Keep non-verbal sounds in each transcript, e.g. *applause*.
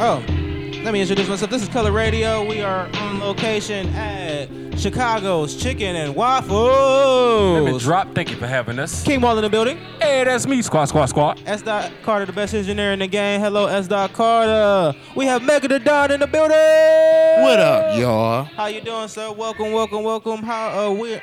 Oh, let me introduce myself. This is Color Radio. We are on location at Chicago's Chicken Let and me Waffles. drop. Thank you for having us. King Wall in the building. Hey, that's me, Squad Squad Squad. S. Dot Carter, the best engineer in the game. Hello, S. Dot Carter. We have Mega the Don in the building. What up, y'all? How you doing, sir? Welcome, welcome, welcome. How uh we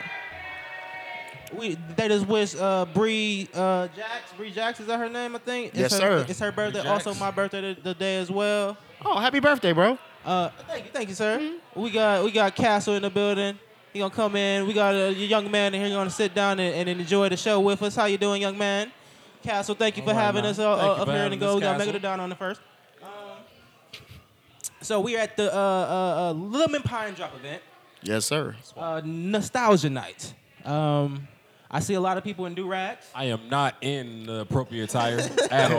we they just wish uh Bree uh Jax Bree Jax is that her name I think it's Yes, her, sir. It's her birthday. Jax. Also my birthday t- today as well. Oh, happy birthday, bro. Uh, thank you, thank you, sir. Mm-hmm. We got we got Castle in the building. He gonna come in. We got a young man in here gonna sit down and, and enjoy the show with us. How you doing, young man? Castle, thank you for Alright, having man. us uh, Thank uh, you up for here in the having go. us, We got Castle. Mega Don on the first. Um, so we're at the uh, uh, uh, Lemon Pine Drop event Yes, sir. uh, nostalgia night. Um, I see a lot of people in *laughs* do rags. I am not in the appropriate attire at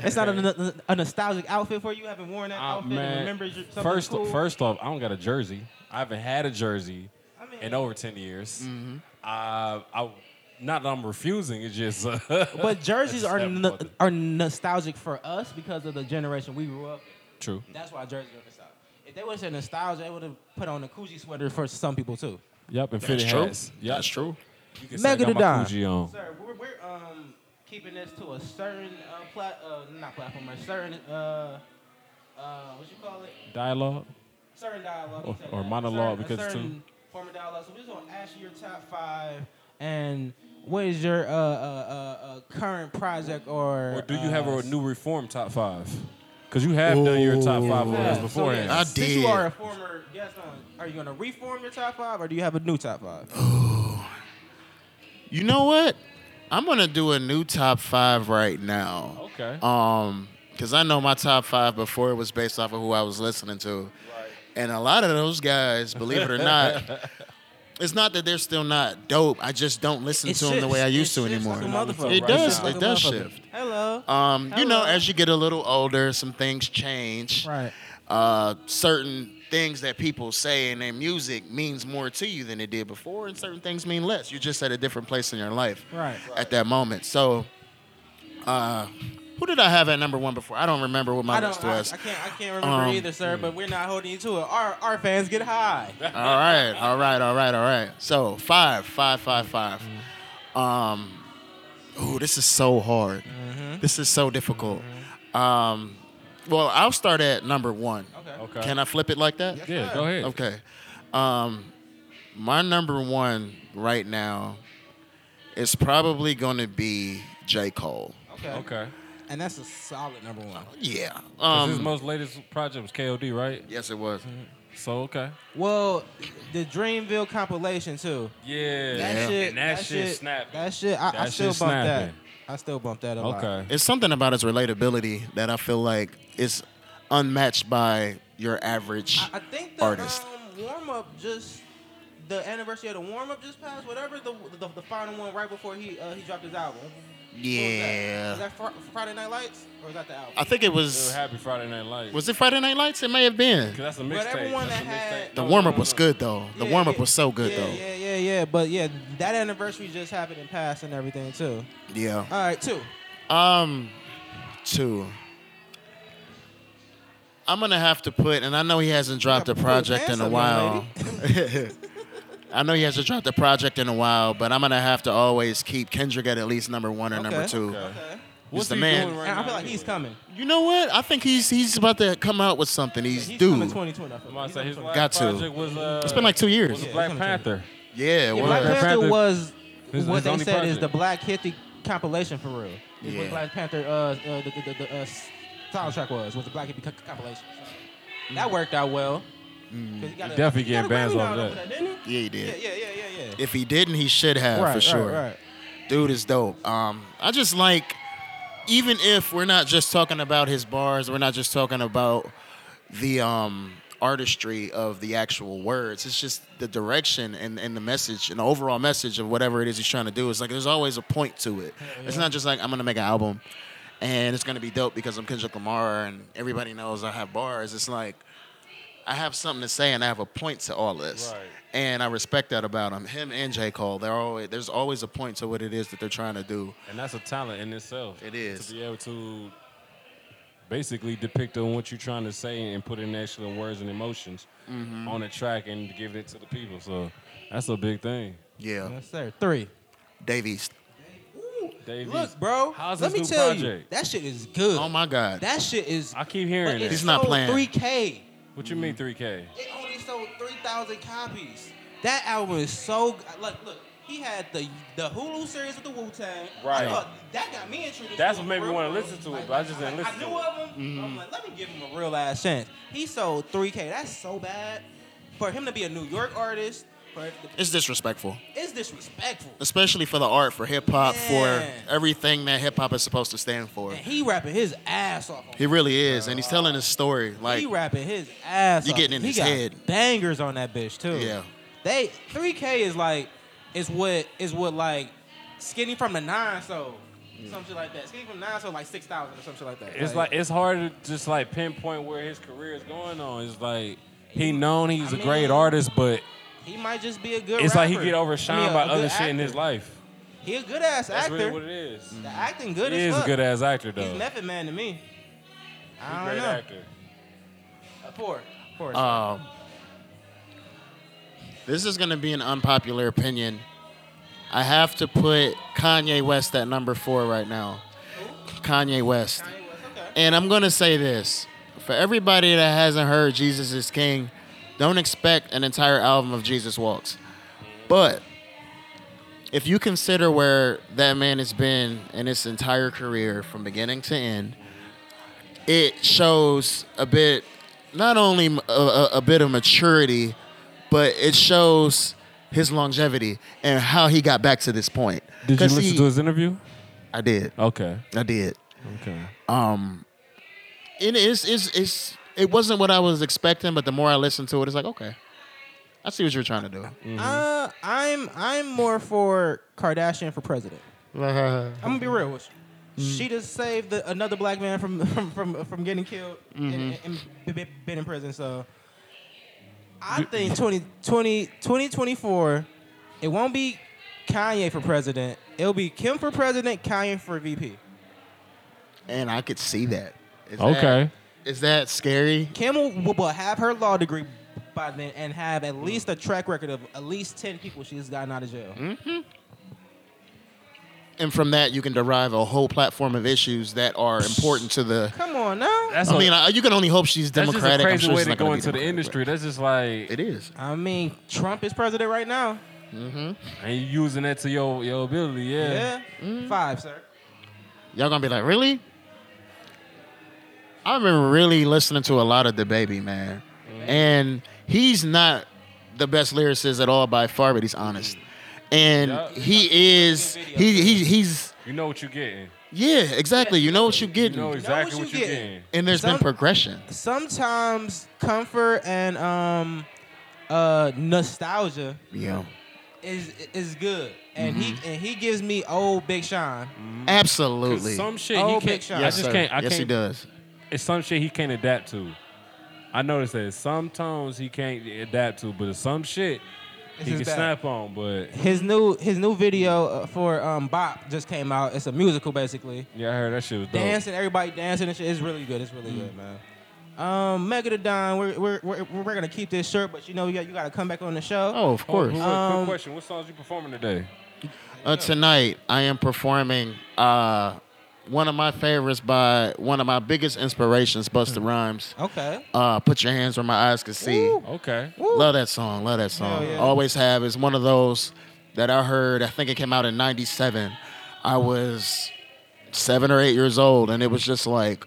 *laughs* *laughs* It's not a, a nostalgic outfit for you. Haven't worn that all. outfit. and remembered your- something Ah, first, cool. first off, I don't got a jersey. I haven't had a jersey I mean- in over ten years. Mm-hmm. Uh, I, not that I'm refusing. It's just. *laughs* Uh, *laughs* But jerseys just are never no, fucking- are nostalgic for us because of the generation we grew up. in. True. That's why jerseys are nostalgic. If they would have said nostalgia, they would have put on the Coogee sweater for some people too. Yep, and fitted hats. Yep. That's true. You can say I Mega got the my Don. Gucci on. Sir, we're, we're um, keeping this to a certain uh, plat uh, not platform, a certain uh, uh, what you call it? Dialogue. certain dialogue Or- you said or that. monologue, Certain- a because it's certain form of dialogue. So we just want to ask you your top five and what is your uh, uh, uh, uh, current project or Or do you uh, have a new reform top five? Because you have done your top five Ooh. of Yeah, us so beforehand. yeah, I since you did. are a former guest on, are you gonna reform your top five or do you have a new top five? Oh, You know what? I'm gonna do a new top five right now. Okay. Um, because I know my top five before it was based off of who I was listening to, and a lot of those guys, believe it or *laughs* not, it's not that they're still not dope. I just don't listen to them the way I used to anymore. It does- it does shift. Hello. Um, you know, Hello. as you get a little older, some things change. right. uh, certain things that people say in their music means more to you than it did before, and certain things mean less. You're just at a different place in your life Right. at that moment. So, uh, who did I have at number one before? I don't remember what my I list don't. I, I was. can't. I can't remember Um, either, sir. But we're not holding you to it. Our our fans get high. all Uh, right, all right, all right, all right. So five, five, five, five. Mm-hmm. Um, oh, this is so hard. Mm-hmm. This is so difficult. Um, well, I'll start at number one. okay. Can I flip it like that? Yeah, go ahead. Okay. Um, my number one right now is probably going to be J. Cole. Okay. Okay. And that's a solid number one. Yeah. 'Cause his Um, most latest project was KOD, right? yes, it was. So okay. Well, the Dreamville compilation too. Yeah. That Yeah. shit. And that shit snapping. That shit. I, I That still shit bump that. snapping. I still bump that a lot. Okay. It's something about his relatability that I feel like is unmatched by your average. I, I think the Artist. um, warm up just the anniversary of the warm up just passed. Whatever the the, the final one right before he uh, he dropped his album. What was that? yeah. Is that Fr- Friday Night Lights or is that the album? I think it So was. happy Friday Night Lights. Was it Friday Night Lights? It may have been. Cause that's a But mixtape. everyone That's a that had- mixtape. The No, warm no, up no, was no. good though. The Yeah, warm up yeah. was so good yeah, though. Yeah, yeah, yeah. But yeah, that anniversary just happened and passed and everything too. Yeah. All right, two. Um, two. I'm gonna have to put, and I know he hasn't dropped a Put project pants in a on, while. *laughs* I know he hasn't dropped a project in a while, but I'm gonna have to always keep Kendrick at at least number one or number Okay. two. Okay. Okay. What's the he man. doing right And I now feel like he's anyway? coming. You know what? I think he's he's about to come out with something. He's, He's due. coming 2020. I feel I'm like. about He's to say his coming last 2020. Got to. project was. Uh, it's been like two years. Was Yeah, Black it's coming Panther. Yeah, it Yeah, was. Black Black Panther Panther- was His- what his they only said is project. the Black History compilation for real. Is what Yeah. Black Panther uh, uh the, the, the, the uh, soundtrack was was the Black History co- compilation. Mm. So that worked out well. 'Cause got He a- definitely got getting a bands Grammy off nod that. over didn't he? Yeah, he Yeah, did. yeah, yeah, yeah, yeah. If he didn't, he should have right, for sure. Right, right. dude is dope. Um, I just like, even if we're not just talking about his bars, we're not just talking about the um, artistry of the actual words. It's just the direction and, and the message and the overall message of whatever it is he's trying to do. It's like there's always a point to it. It's not just like I'm gonna make an album and it's gonna be dope because I'm Kendrick Lamar and everybody knows I have bars. It's like I have something to say and I have a point to all this. Right. And I respect that about him. Him and J. Cole, they're always, there's always a point to what it is that they're trying to do. And that's a talent in itself. It is. To be able to basically depict on what you're trying to say and put in actual words and emotions Mm-hmm. on a track and give it to the people. So that's a big thing. Yeah, Yes, sir. Three. Dave East. Davies, Look, bro. how's let this me new tell you, project? that shit is good. Oh my God. That shit is. I keep but hearing it it. He's not sold playing. Mm. 3K. What you mean 3K? It only sold 3,000 copies. That album is so. Like, look, he had the the Hulu series with the Wu Tang. Right. That got me introduced. That's what to him made me real, wanna real. listen to it, but I just didn't like, listen I to knew it. of *laughs* him. I'm like, let me give him a real ass chance. He sold 3K. That's so bad. For him to be a New York artist, for, It's disrespectful, it's disrespectful. especially for the art, for hip hop, Yeah. for everything that hip hop is supposed to stand for. And he rapping his ass off. On He really is, and he's telling his story. Like he rapping his ass. You off. getting in he his got head. Bangers on that bitch too. Yeah. They three K is like is what is what like skinny from the nine so some shit like that. Skinny from the nine so like six thousand or some shit like that. It's like it's hard to just like pinpoint where his career is going on. It's like he known he's I a great mean, artist, but he might just be a good. it's like he rapper. get I overshined mean, a by good other shit in his actor. life. He a good ass That's actor. really what it is. the acting good Mm. He as is a fuck. good ass actor though. He's method man to me. He's a I great don't know. Uh, actor. A four. Four. Um, this is going to be an unpopular opinion. I have to put Kanye West at number four right now. Kanye West. Kanye West, okay. And I'm going to say this for everybody that hasn't heard Jesus is King, don't expect an entire album of Jesus Walks. But if you consider where that man has been in his entire career from beginning to end, it shows a bit, not only m- a, a- a bit of maturity, but it shows his longevity and how he got back to this point. Did you 'Cause listen he- to his interview? I did. Okay. I did. Okay. Um, it is is is it wasn't what I was expecting, but the more I listened to it, it's like okay, I see what you're trying to do. Uh, I'm I'm more for Kardashian for president. I'm gonna be real with you. Mm. She just saved the, another black man from *laughs* from from, from getting killed and, Mm-hmm. and, and be- been in prison. So I think 20, 20 2024, it won't be Kanye for president. It'll be Kim for president, Kanye for VP. and I could see that. Is Okay. that, is that scary? Kim will, will- will have her law degree by then and have at least a track record of at least ten people she's gotten out of jail. Mm-hmm. And from that, you can derive a whole platform of issues that are important to the. Come on now. That's I a- mean, I, you can only hope she's that's just a democratic. I'm crazy sure way she's to not go gonna be into the industry. Democratic, That's just like but It is. I mean, Trump is president right now. Mm-hmm. and you using that to your your ability. Yeah. Yeah. Mm. Five, sir. Y'all gonna be like, really? I've been really listening to a lot of the baby man, and he's not the best lyricist at all by far, but he's honest, and Yeah. he is he he he's You know what you're getting. yeah exactly. You know what you're You know getting, exactly what what you you're getting. getting. and there's been Some- progression. Sometimes comfort and um uh nostalgia Yeah, Mm-hmm. is is good. And he and he gives me old Big Sean. absolutely. Mm-hmm. Some shit Oh, he big can't. shot. I Yes, just can't. I yes, can't. he does. It's some shit he can't adapt to. I noticed that some tones he can't adapt to, but it's some shit This he is can bad. snap on. But His new his new video uh, for um Bop just came out. It's a musical basically. yeah, I heard that shit was dope. Dancing, everybody dancing and shit. It's really good. It's really good, man. Um, Megadon, we're, we're, we're, we're gonna keep this short, but you know you got you got to come back on the show. Oh, of course. Quick, Um, quick question: What songs you performing today? Uh, tonight, I am performing uh, one of my favorites by one of my biggest inspirations, Busta Rhymes. Okay. Uh, Put Your Hands Where My Eyes Can See. Ooh. Okay. Woo. Love that song. Love that song. Hell yeah. Always have. It's one of those that I heard, I think it came out in 97. I was seven or eight years old, and it was just like,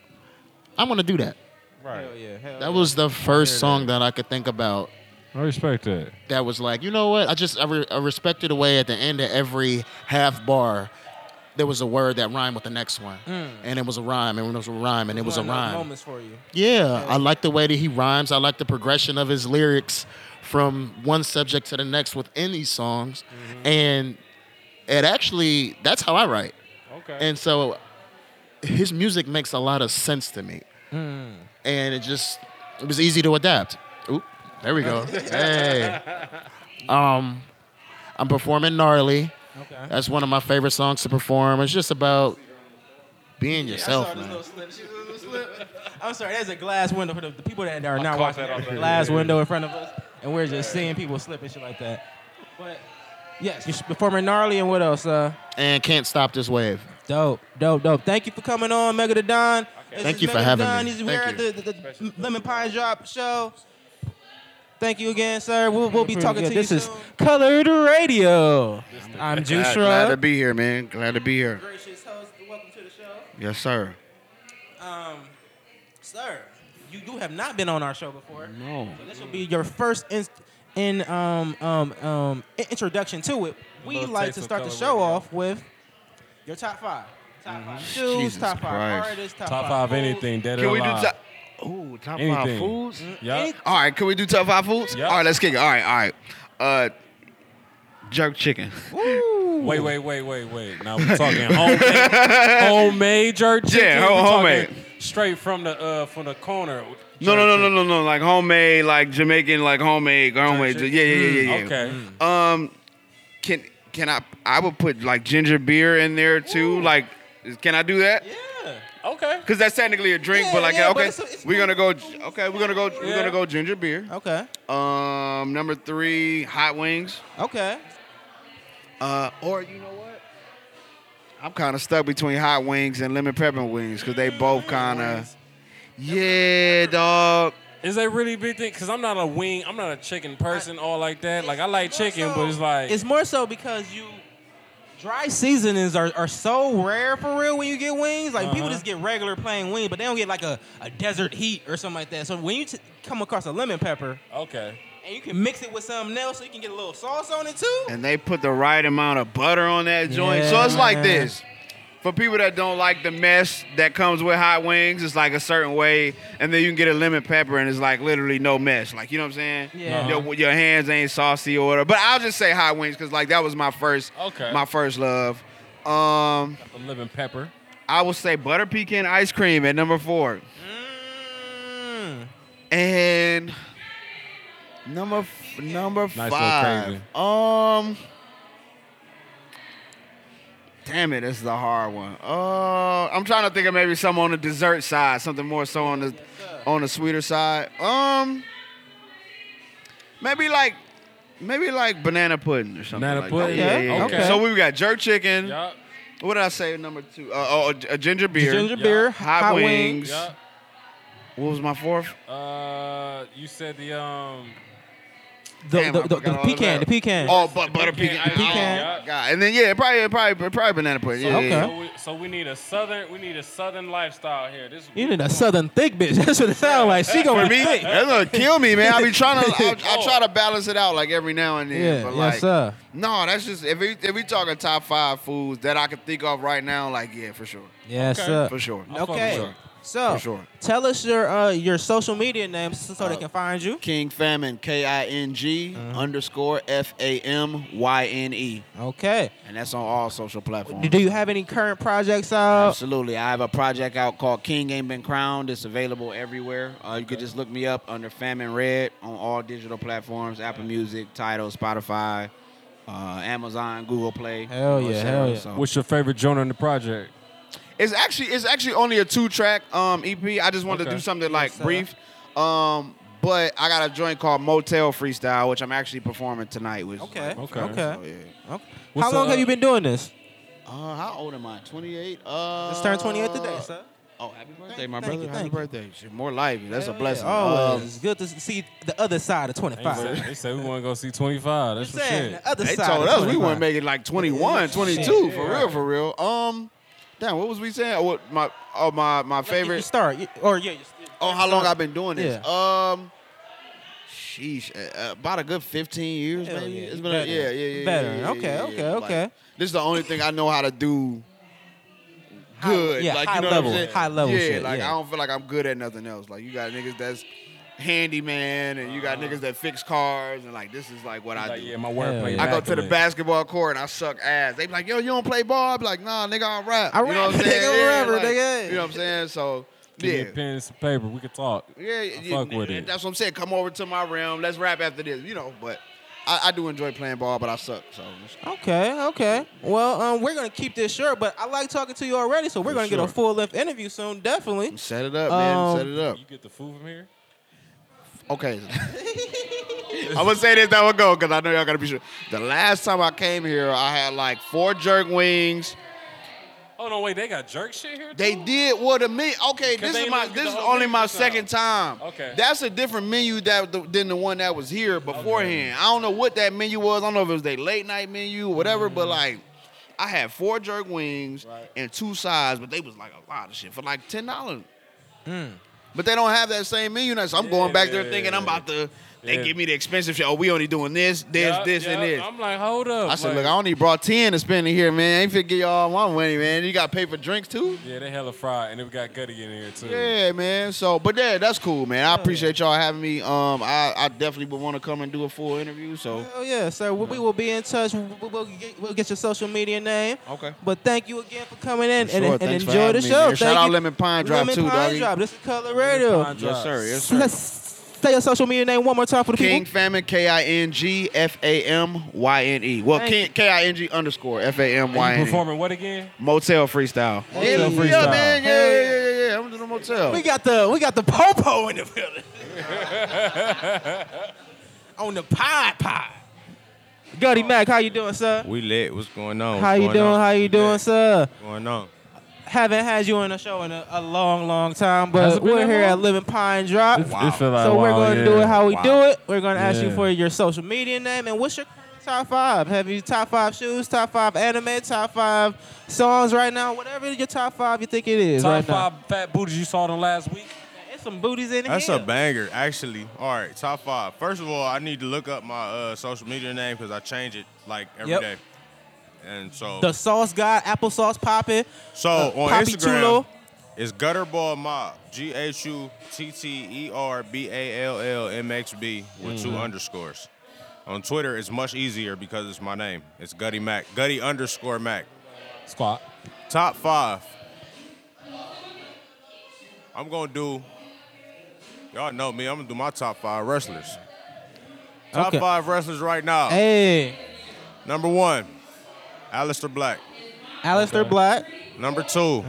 I want to do that. Right. Hell yeah. Hell That yeah. was the first song that I could think about I respect that. that was like, you know what? I just I, re- I respected the way at the end of every half bar, there was a word that rhymed with the next one, and it was a rhyme, and it was a rhyme, and it was a One of those rhyme. Mm. Moments for you. Yeah, I like the way that he rhymes. I like the progression of his lyrics from one subject to the next within these songs, Mm-hmm. and it actually that's how I write. Okay. And so his music makes a lot of sense to me. Mm. And it just it was easy to adapt. Oop, there we go. hey. Um I'm performing Gnarly. Okay. That's one of my favorite songs to perform. It's just about being yourself, I saw this man. little slip. She saw this slip. I'm sorry, there's a glass window for the, the people that are not caught watching. that That off the- glass yeah. window in front of us, and we're just seeing people slip and shit like that. But yes, you're performing gnarly and what else? Uh, And can't stop this wave. dope, dope, dope. Thank you for coming on, Mega the Don. This Thank is you for Mega having the Don. me. He's- We're Thank at the, you. the, the Lemon Pine Drop show. Thank you again, sir. We'll, we'll be talking to you This is soon. Colored Radio. I'm Juice Glad, glad to Rub. be here, man. Glad to be here. Gracious host, welcome to the show. Yes, sir. Um, sir, you, you have not been on our show before. No. So this will be your first inst- in um um um i- introduction to it. We Little like taste to of start the color show radio. off with your top five. Top Mm-hmm. five shoes, Jesus top five Christ. artists, top, Top five five anything, dead Can or we do alive. top? Ooh, top Anything. Mm, five foods. Mm-hmm. Yeah. All right, can we do top five foods? Yep. All right, let's kick it. All right, all right. Uh, jerk chicken. Wait, wait, wait, wait, wait. Now we're talking homemade, homemade jerk chicken. Yeah, ho- We talking homemade. Straight from the uh from the corner. No, no, no, jerk no, no, no. Like homemade, like Jamaican, like homemade, homemade. chicken. Yeah, yeah, yeah, yeah. yeah. Okay. Um, can can I? I would put like ginger beer in there too. Like, is- can I do that? Yeah. Okay. Cause that's technically a drink, Yeah, but like, yeah, but okay, it's a- it's we're not- gonna go. Okay, we're gonna go. We're Yeah. gonna go ginger beer. Okay. Um, number three, hot wings. Okay. Uh, or you know what? I'm kind of stuck between hot wings and lemon pepper wings because they both kind of. Yeah, dog. Is that really a big thing? Because I'm not a wing, I'm not a chicken person, all like that. Like I like chicken, but it's like it's more so because you dry seasonings are, are so rare for real when you get wings. Like people Uh-huh. just get regular plain wings, but they don't get like a, a desert heat or something like that. So when you t- come across a lemon pepper okay. and you can mix it with something else, so you can get a little sauce on it too. And they put the right amount of butter on that joint. so it's like Yeah. this. For people that don't like the mess that comes with hot wings, it's like a certain way, and then you can get a lemon pepper, and it's like literally no mess. Like you know what I'm saying? Yeah. Your, your hands ain't saucy or whatever. But I'll just say hot wings because like that was my first, Okay. my first love. Um, A lemon pepper. I will say butter pecan ice cream at number four. Mm. And number f- number little five. crazy. Um. Damn it, this is a hard one. Uh, I'm trying to think of maybe something on the dessert side, something more so on the on the sweeter side. Um, maybe like maybe like banana pudding or something. Banana like pudding? That. Yeah, yeah, yeah. Okay. So we got jerk chicken. Yup. What did I say? Number two. Uh, oh, a- a ginger beer. Ginger Yeah. beer, Hot, wings. Yup. What was my fourth? Uh, you said the um. The, Damn, the, I the, forgot the all of pecan, that. the pecan. Oh, but butter Pecan pecan. ice cream. Pecan. Yup. God. And then yeah, probably probably probably banana pudding. Yeah, Okay. yeah, yeah. So we, so we need a southern we need a southern lifestyle here. This You need a southern thick bitch. *laughs* That's what it sounds like. She gonna For be me, thick. that's gonna kill me, man. I be trying to, *laughs* I, I try to balance it out like every now and then. Yeah, but yes, like, sir. no, that's just if we if we talking top five foods that I can think of right now, like yeah, for sure, Yes, Okay. sir. for sure. fuck with Okay. you. So For sure. tell us your uh, your social media name so, so they can find you. King Famine, K I N G Uh-huh. underscore F A M Y N E, Okay. and that's on all social platforms. Do- Do you have any current projects out? Absolutely. I have a project out called King Ain't Been Crowned. It's available everywhere. Uh, you could just look me up under Famine Red on all digital platforms Apple Music, Tidal, Spotify, uh, Amazon, Google Play. Hell yeah, et cetera. hell yeah. So- What's your favorite genre in the project? It's actually it's actually only a two track um EP. I just wanted Okay. to do something like sir. brief. Um, but I got a joint called Motel Freestyle, which I'm actually performing tonight. Which is, Okay. like, Okay. Okay. so, okay. yeah. How What's long up? have you been doing this? Uh, how old am I? 28? Uh, Just turned 28 today, sir. Oh, happy birthday, Thank- my thank brother. you, happy thank you. birthday. Shit, More life. That's Hell a yeah, blessing. Always. Um, it's good to see the other side of They 25. said, they said we want to go see 25. That's Just for saying, shit. the other They side told of us we 25. wouldn't make it like 21, 22 for real, for real. Um, damn, what was we saying? Oh, What my oh my my Like, You favorite? start. you- Or yeah. You, Oh, how long I've been doing this? Yeah. Um, sheesh, uh, uh, about a good 15 years Hell maybe. yeah, It's been a, better, yeah, yeah, yeah, yeah, better. yeah, yeah, Okay, yeah, okay, yeah. Like, okay. this is the only thing I know how to do. Good, yeah, like high you know what I'm level- saying? high level Yeah, shit, like yeah. I don't feel like I'm good at nothing else. Like you got niggas that's handyman, and you got niggas that fix cars, and like this is like what I Like, do. yeah, my wordplay. yeah. I go to the immaculate. basketball court and I suck ass. They be like, yo, you don't play ball? I be like, nah, nigga, I rap. I you know rap, what I'm saying? nigga, whatever, like, nigga. You know what I'm saying? So, Give me yeah. a pen and some paper. We could talk. Yeah, I yeah, fuck with it. That's what I'm saying. Come over to my realm. Let's rap after this, you know. But I, I do enjoy playing ball, but I suck. So it's- Oh. Okay, okay. Well, um, we're gonna keep this short, but I like talking to you already, so we're gonna get a sure. full length interview soon, definitely. set it up, man. Um, Set it up. You get the food from here? Okay. I'm gonna say this that would go because I know y'all gotta be sure. The last time I came here, I had like four jerk wings. Oh no, wait, they got jerk shit here. They too? did what a menu. Okay, 'Cause this they is ain't my look at this the is whole only menu my this second time. Okay. that's a different menu that the, than the one that was here beforehand. I don't know what that menu was. I don't know if it was their late night menu, whatever. Mm-hmm. But like, I had four jerk wings and two sides, but they was like a lot of shit for like ten dollars. Hmm. But they don't have that same menu now, so I'm going back there thinking I'm about to. They Yeah. give me the expensive shit. Oh, we only doing this, this, Yup, this, and yup. this. I'm like, hold up. I said, like- look, I only brought ten to spend in here, man. I ain't finna get y'all my money, man. You got to pay for drinks too. Yeah, they hella fried, and then we got Gutty in here too. Yeah, man. So, but yeah, that's cool, man. I appreciate y'all having me. Um, I, I definitely would want to come and do a full interview. So, Oh yeah, sir. We, we will be in touch. We- we- We'll get, we'll get your social media name. Okay. But thank you again for coming in For and, sure. and Thanks for enjoy the having me, show. man. Shout Thank out you. Lemon Pine Drop, Lemon too, Pine doggy. Drop. This is Color Radio. yes, sir. Yes, sir. Let's *laughs* say your social media name one more time for the King people. Famine, K I N G F A M Y N E. Well, Thank King K I N G underscore F A M Y You N E. performing what again? Motel freestyle. Hey, yeah, freestyle. yeah, man. Yeah, yeah, yeah, yeah, yeah. I'm doing a motel. We got the we got the popo in the *laughs* building. On the pod pod. Gutty Mac, how you doing, sir? We lit. What's going on? How What's you going doing? on? How you We doing, lit. sir? What's going on? Haven't had you on the show in a, a long, long time, Has but it been we're that here long? at Living Pine Drop. Wow. So we're going to do it how we Wow. do it. We're going to ask you Yeah. for your social media name and what's your current top five? Have you top five shoes, top five anime, top five songs right now? Whatever your top five you think it is Top right five fat booties you saw them last week. now. It's some booties in That's here. a banger, actually. All right, top five. First of all, I need to look up my uh, social media name because I change it like every day. Yep. And so, the sauce guy, applesauce popping. so uh, on Papi Instagram, Chulo. it's Gutterball Mob. G H U T T E R B A L L M X B with Mm-hmm. two underscores. On Twitter, it's much easier because it's my name. It's Gutty Mac. Gutty underscore Mac. Squat. Top five. I'm gonna do. Y'all know me. I'm gonna do my top five wrestlers. Top Okay. five wrestlers right now. Hey, Number one, Alistair Black. Alistair Black. Number two,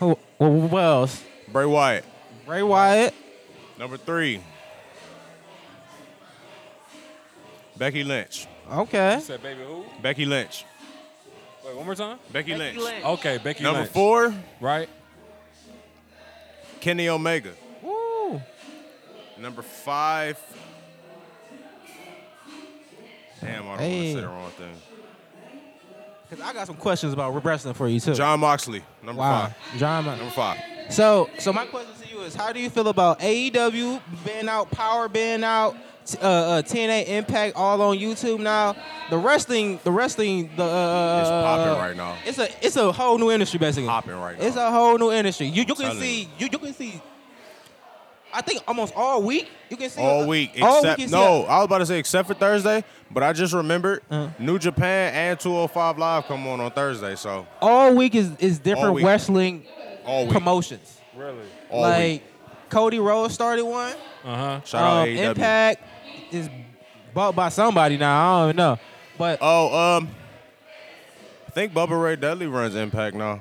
Who, who who else? Bray Wyatt. Ray Wyatt. Number three, Becky Lynch. Okay. Said baby who? Becky Lynch. Wait, one more time. Becky, Lynch. Okay, Becky Number Lynch. four, Right. Kenny Omega. Woo. Number five. Damn, I don't want Hey. to say the wrong thing. Because I got some questions about wrestling for you, too. John Moxley. Number wow. five. John. Number five. So, so my question to you is, how do you feel about AEW being out, Power being out, t- uh, uh, TNA Impact all on YouTube now? The wrestling, the wrestling, the uh, It's popping right now. It's a it's a whole new industry basically. Popping right It's now. a whole new industry. You you can telling see you you can see. I think almost all week you can see All week, all except you see no, I was about to say except for Thursday, but I just remembered Uh-huh. New Japan and 205 Live come on on Thursday, so all week is is different week. wrestling all week, promotions. Really. all like week. Cody Rhodes started one. Uh huh. Shout out um, E AEW. Impact is bought by somebody now. I don't even know, but Oh, um, I think Bubba Ray Dudley runs Impact now.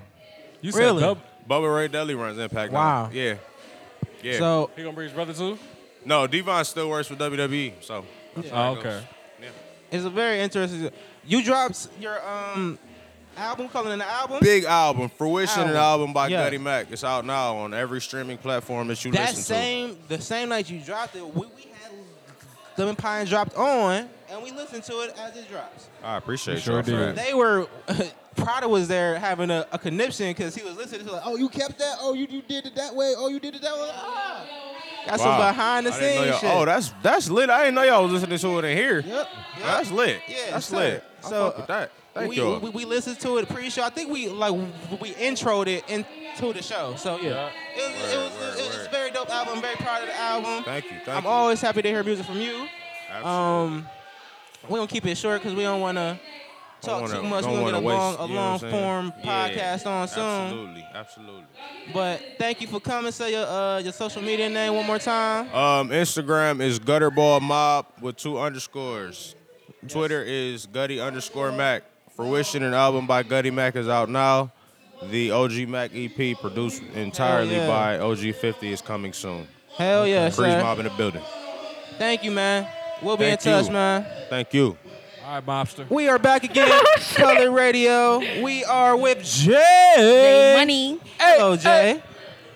You Really? said dub. Bubba Ray Dudley runs Impact Wow. now. Yeah, yeah. so He gonna bring his brother too? no, Devon still works for WWE, so Oh, okay. it's a very interesting. You dropped your um album, calling it an album. big album, fruition Album. an album by Yeah. Gutty Mac. It's out now on every streaming platform that you that listen same the same night you dropped it, we, we had Lemon Pine dropped on, and we listened to it as it drops. to. I appreciate Sure y'all for did. that. They were. *laughs* Prada was there having a, a conniption because he was listening to like, oh, you kept that, oh, you, you did it that way, oh, you did it that way. Ah. Got some Wow. behind the I didn't know scenes y'all- shit. Oh, that's that's lit. I didn't know y'all was listening to it in here. Yep. That's lit. Yeah, that's sir. lit. I So, fuck with that. Thank we, y'all. we we listened to it pre-show. I think we like we- we introed it into the show. So yeah, Yeah. it was it was, Word, it was, word, a very dope album. Very proud of the album. thank you. Thank I'm you. always happy to hear music from you. Absolutely. Um, we gonna keep it short because we don't wanna talk wanna- too much. don't We're gonna get a wanna long, waste- a you know what long I'm saying? form Yeah, podcast on soon. Absolutely, absolutely. But thank you for coming. Say your uh, your social media name one more time. Um, Instagram is Gutterball Mob with two underscores. Twitter is Gutty underscore Mac. Fruition and album by Gutty Mac is out now. The OG Mac EP, produced entirely yeah. by OG50, is coming soon. Hell yeah, Freeze sir. Mob in the building. Thank you, man. We'll be Thank in touch, you. man. Thank you. All right, mobster. We are *laughs* back again, Color Radio. We are with Dirty Jay. money. Hello, Jay.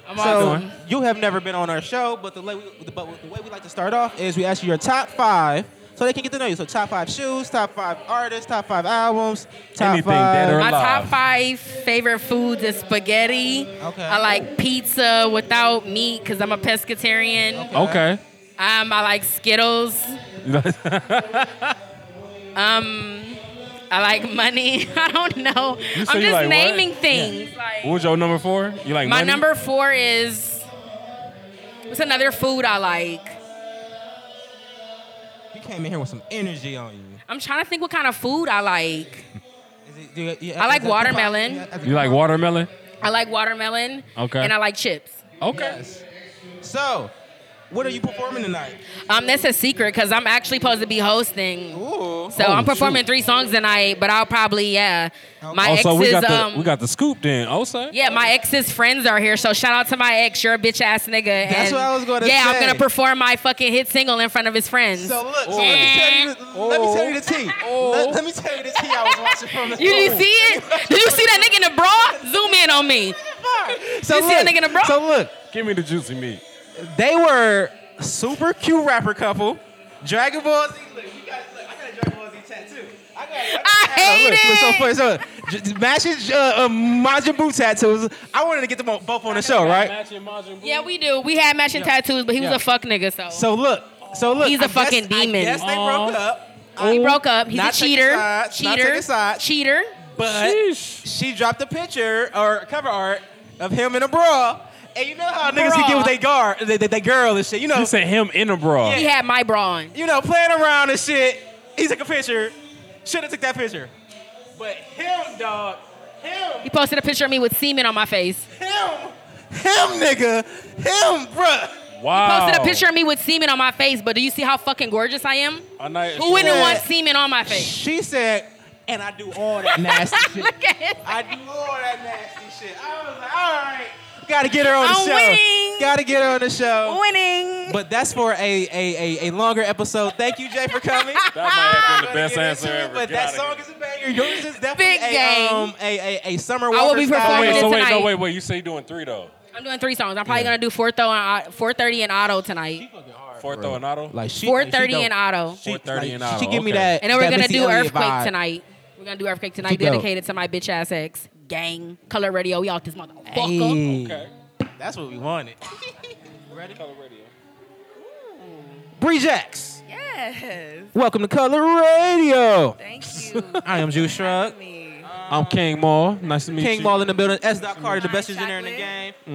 I'm So you have never been on our show, but the, way we, but the way we like to start off is we ask you your top five, so they can get to know you. So top five shoes, top five artists, top five albums, top Anything five. that or- My Alive. top five favorite foods is spaghetti. Okay. I like pizza without meat because I'm a pescatarian. Okay. Um, I like *laughs* Skittles. um, I like money. *laughs* I don't know. You I'm say just you like what? naming things. Like, What was your number four? You like my money? number four is what's another food I like? you came in here with some energy on you. I'm trying to think what kind of food I like. Is it- do you- you- I like is it- watermelon. You like watermelon? I like watermelon. Okay. And I like chips. Okay. Yes. So, what are you performing tonight? Um, that's a secret because I'm actually supposed to be hosting. Ooh. So Oh, I'm performing shoot. three songs tonight, but I'll probably yeah. My oh, ex's so we got the um we got the scoop then. Oh, sir. yeah, my ex's friends are here. So shout out to my ex. You're a bitch ass nigga. That's what I was gonna Yeah, say. I'm gonna perform my fucking hit single in front of his friends. So look, so let me tell you, the, let me tell you the tea. Let, let me tell you the tea I was watching from the. you didn't see *laughs* it? Did you see that nigga in the bra? Zoom in on me. So You see a look- nigga in a bra? So look, Give me the juicy meat. they were super cute rapper couple. Dragon Ball Z. Look, you got, look, I got a Dragon Ball Z tattoo. I got. I got I hate look, look, so it. funny, so funny. J- matches uh, uh, Majin Buu tattoos. I wanted to get them on, both on the show, right? Yeah, we do. We had matching tattoos, but he was Yeah. a fuck nigga. So, So look, so look. He's a I guess- fucking demon. I guess they broke up. he broke up. He's Not a taking cheater. sides, not cheater. taking sides. cheater. But she dropped a picture or cover art of him in a bra. And you know how niggas can get with they guard, they, they, they girl and shit. You know, You said him in a bra. He had my bra on. you know, playing around and shit. He took a picture. Should have took that picture. But him, dog, him, He posted a picture of me with semen on my face. him, him, nigga, him, bruh. Wow. Oh. Posted a picture of me with semen on my face, but do you see how fucking gorgeous I am? A nice- Who wouldn't Yeah. want semen on my face? She said, and I do all that nasty *laughs* shit. Look at his I do all that nasty shit. I was like, all right, gotta get her on the I'm show. winning. Gotta get her on the show. winning. But that's for a, a, a, a longer episode. Thank you, Jay, for coming. That might have been the Gonna best get answer into it, ever. But Get that outta song here. is a banger. Yours is definitely Big a, gang. um, a, a, a summer will Walker be style. performing Wait, it so wait, no, tonight. wait, wait. You say you doing three though? I'm doing three songs. I'm probably gonna do four throw and four thirty and auto tonight. Four throw and auto. Like she, Four thirty she and auto. She, 4:30 and like, She auto, give me okay. that. And then we're that gonna Missy do Elliott earthquake vibe. tonight. We're gonna do earthquake She tonight, dope. dedicated to my bitch ass ex. Gang, color radio, we out this motherfucker. Ayy, Okay. That's what we *laughs* wanted. Bree Jax, Yes. welcome to Color Radio. Thank you. I am Juice Shrug. Me. I'm Uh, King Maul. Nice to meet King you. Ball in the building. S. Dot Carter, the best Iron engineer in the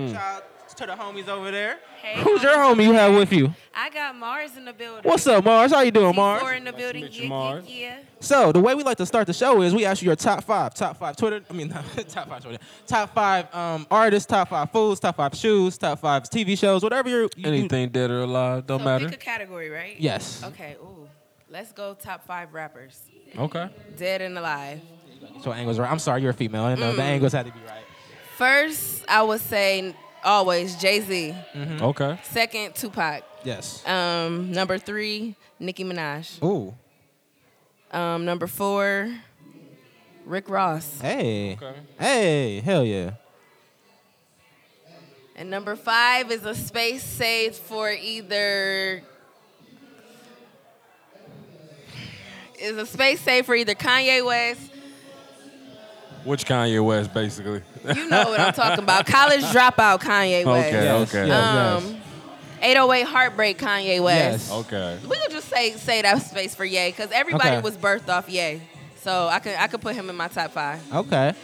game. Chocolate. Shout out to the homies over there. Hey, Who's your um, homie you have with you? I got Mars in the building. What's up, Mars? How you doing, T4 Mars? in the building. meet you, yeah, Mars. Yeah, yeah. So the way we like to start the show is we ask you your top five, top five Twitter. I mean, *laughs* top five Twitter, top five um, artists, top five foods, top five shoes, top five TV shows, whatever you're, you you- Anything dead or alive, don't so matter. pick a category, right? Yes. Okay. Ooh. Let's go top five rappers, Okay. dead and alive. So angles right. I'm sorry, you're a female. I know Mm. the Mm. angles had to be right. First, I would say always Jay Z. Okay. Second, Tupac. Mm-hmm. Yes. Um, number three, Nicki Minaj. Ooh. Um, number four, Rick Ross. Hey. Okay. Hey. Hell yeah. And number five is a space saved for either is a space saved for either Kanye West, Which Kanye West, basically. you know what I'm *laughs* talking about, college dropout Kanye West, Okay. Yes, okay. yes. um, 808 heartbreak Kanye West. Yes. Okay. We could just say say that space for Ye, because everybody Okay. was birthed off Ye, so I could I could put him in my top five. Okay.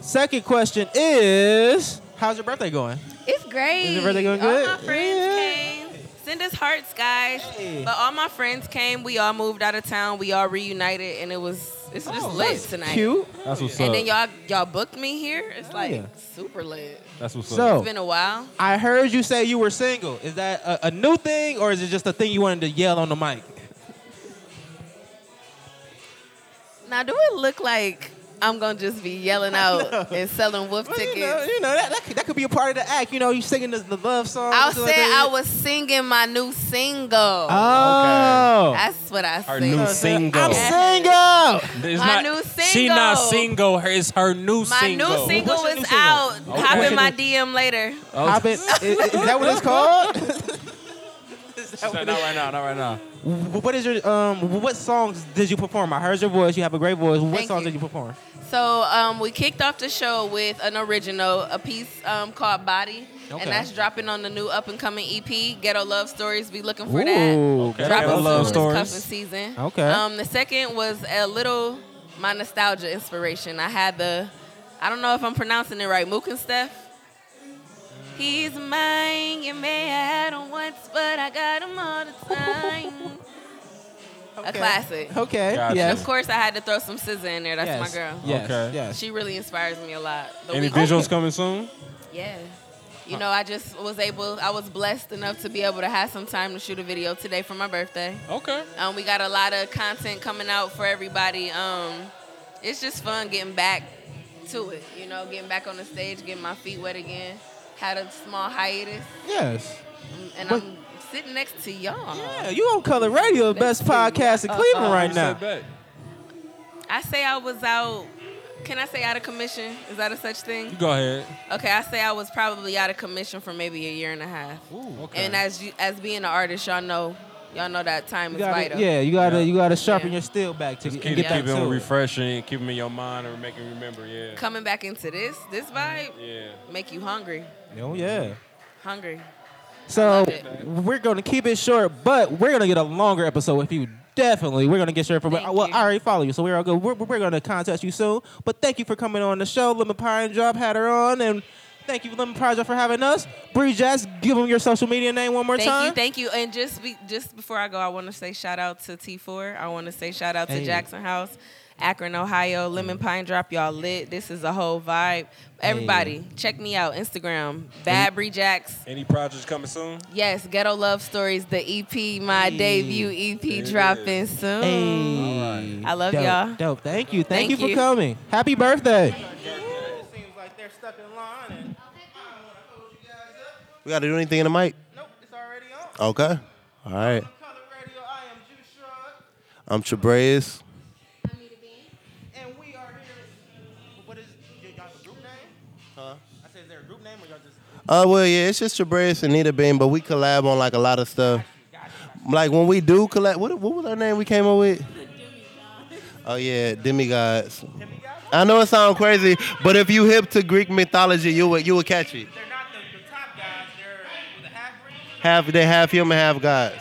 Second question is, how's your birthday going? It's great. Is your birthday going All good? my friends Yeah. came. Send us hearts, guys. But all my friends came. We all moved out of town. We all reunited, and it was it's just lit tonight. Oh, Cute. That's what's And up. then y'all y'all booked me here. It's like yeah. super lit. That's what's So- up. It's been a while. I heard you say you were single. Is that a, a new thing or is it just a thing you wanted to yell on the mic? Now, do it look like I'm gonna just be yelling out and selling wolf Well, tickets? you know, you know that, that, could, that could be a part of the act. You know, you singing the, the love song. I and said stuff like that. I was singing my new single. Oh, That's what Her I said. new I'm single. single. It's My not- new single. She not single. Her it's her new My single. new single What's your is new single? out. Hop What's in your my new- DM later. Hop in- i- i- is, that what it's called? *laughs* Not right now. Not right now. Wh- what is your um? What songs did you perform? I heard your voice. You have a great voice. What Thank songs you. did you perform? So um, we kicked off the show with an original, a piece um, called Body, Okay. and that's dropping on the new up and coming EP, Ghetto Love Stories. Be looking for that. Ooh, Okay. Dropping Ghetto soon. Love It's Stories. cuffing season. Okay. Um, the second was a little my nostalgia inspiration. I had the, I don't know if I'm pronouncing it right, Mook and Steph. He's mine. You may have had him once, but I got him all *laughs* the time. A classic. Okay. Gotcha. And of Yes. course, I had to throw some scissor in there. That's yes. my girl. Yes. Okay. Yes. She really inspires me a lot. The Any week- visuals coming soon? Yeah. You know, I just was able, I was blessed enough to be able to have some time to shoot a video today for my birthday. Okay. Um, we got a lot of content coming out for everybody. Um, it's just fun getting back to it, you know, getting back on the stage, getting my feet wet again. Had a small hiatus, Yes. and But- I'm sitting next to y'all. Yeah, you on Color Radio, the best Let's see. podcast in Cleveland Uh-uh. right now. I say I was out, can I say out of commission? Is that a such thing? You go ahead. Okay, I say I was probably out of commission for maybe a year and a half. okay. And as you, as being an artist, y'all know, y'all know that time You is gotta, vital. yeah, you gotta Yeah. you gotta sharpen Yeah. your steel back to and Keep, get back keep to them it. refreshing. Keep them in your mind and make them remember. Yeah. Coming back into this, this Mm, vibe Yeah. make you hungry, Oh yeah. hungry. So love it. we're gonna keep it short, but we're gonna get a longer episode with you. Definitely, we're gonna get your information. Thank Well, you. I already follow you, so we're all good. We're, we're gonna contact you soon. But thank you for coming on the show, Lemon Pie and Drop had her on, and thank you, Lemon Pie and Drop, for having us. Bree Jazz, give them your social media name one more Thank time. you, thank you. And just be, just before I go, I want to say shout out to T4. I want to say shout out to Hey. Mm. Jackson House, Akron, Ohio, Lemon Pine Drop. Y'all lit. This is a whole vibe. Everybody, check me out. Instagram, Bad Bree Jacks. Any projects coming soon? Yes, Ghetto Love Stories, the EP, my debut EP, dropping soon. Hey, I love dope, y'all. Dope. Thank you. Thank, Thank you for you. coming. Happy birthday. Seems like they're stuck in line and I don't want to hold you guys up. We got to do anything in the mic? Nope, it's already on. Okay. All right. Color Radio, I am Juice Shrug, I'm Trebraeus. and we are here. What is y- y'all's group name? Huh? I said, is there a group name or y'all just? Uh, well, yeah, it's just Trebraeus and Nita Bean, but we collab on like a lot of stuff. Like when we do collab, what, what was her name we came up with? Oh yeah, demigods. I know it sounds crazy, but if you hip to Greek mythology, you would you would catch it. They're not the, the top guys. They're the half breeds. Half they half human, half gods.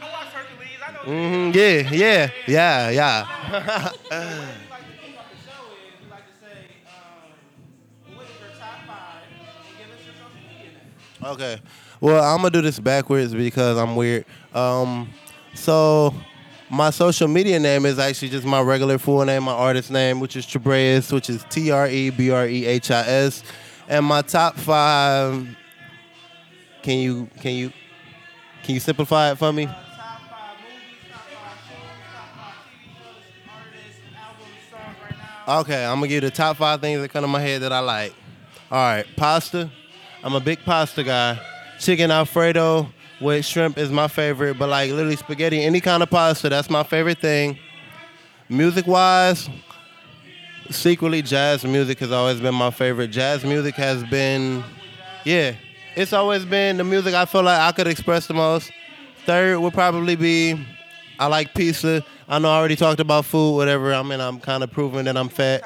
I watch Hercules. I know. hmm Yeah, yeah, yeah, yeah. We like to think about the show is we like to say, um, what is your top five? And give us your social media name. Okay. Well, I'm gonna do this backwards because I'm weird. Um, so my social media name is actually just my regular full name, my artist name, which is Trebreus, which is T R E B R E H I S, and my top five. Can you can you can you simplify it for me? Top five movies, top five shows, top five TV shows, artists, albums, songs right now. Okay, I'm gonna give you the top five things that come to my head that I like. All right, pasta. I'm a big pasta guy. Chicken Alfredo with shrimp is my favorite, but like literally spaghetti, any kind of pasta, that's my favorite thing. Music wise, secretly jazz music has always been my favorite. Jazz music has been, yeah, it's always been the music I feel like I could express the most. Third would probably be I like pizza. I know I already talked about food, whatever. I mean, I'm kind of proving that I'm fat.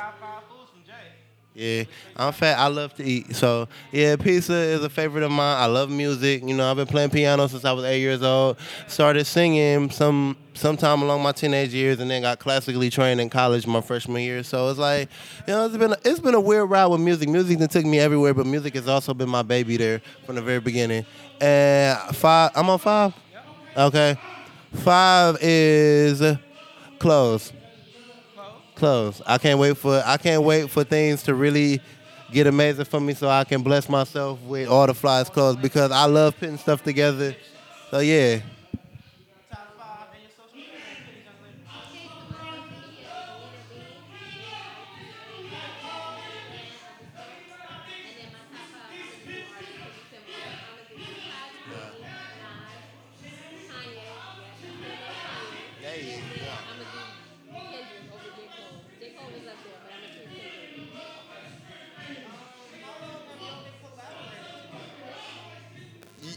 Yeah, I'm fat. I love to eat. So yeah, pizza is a favorite of mine. I love music. You know, I've been playing piano since I was eight years old. Started singing some sometime along my teenage years, and then got classically trained in college my freshman year. So it's like, you know, it's been it's been a weird ride with music. Music that took me everywhere, but music has also been my baby there from the very beginning. And five, I'm on five. Okay, five is close close. I can't wait for I can't wait for things to really get amazing for me so I can bless myself with all the flies clothes because I love putting stuff together. So yeah.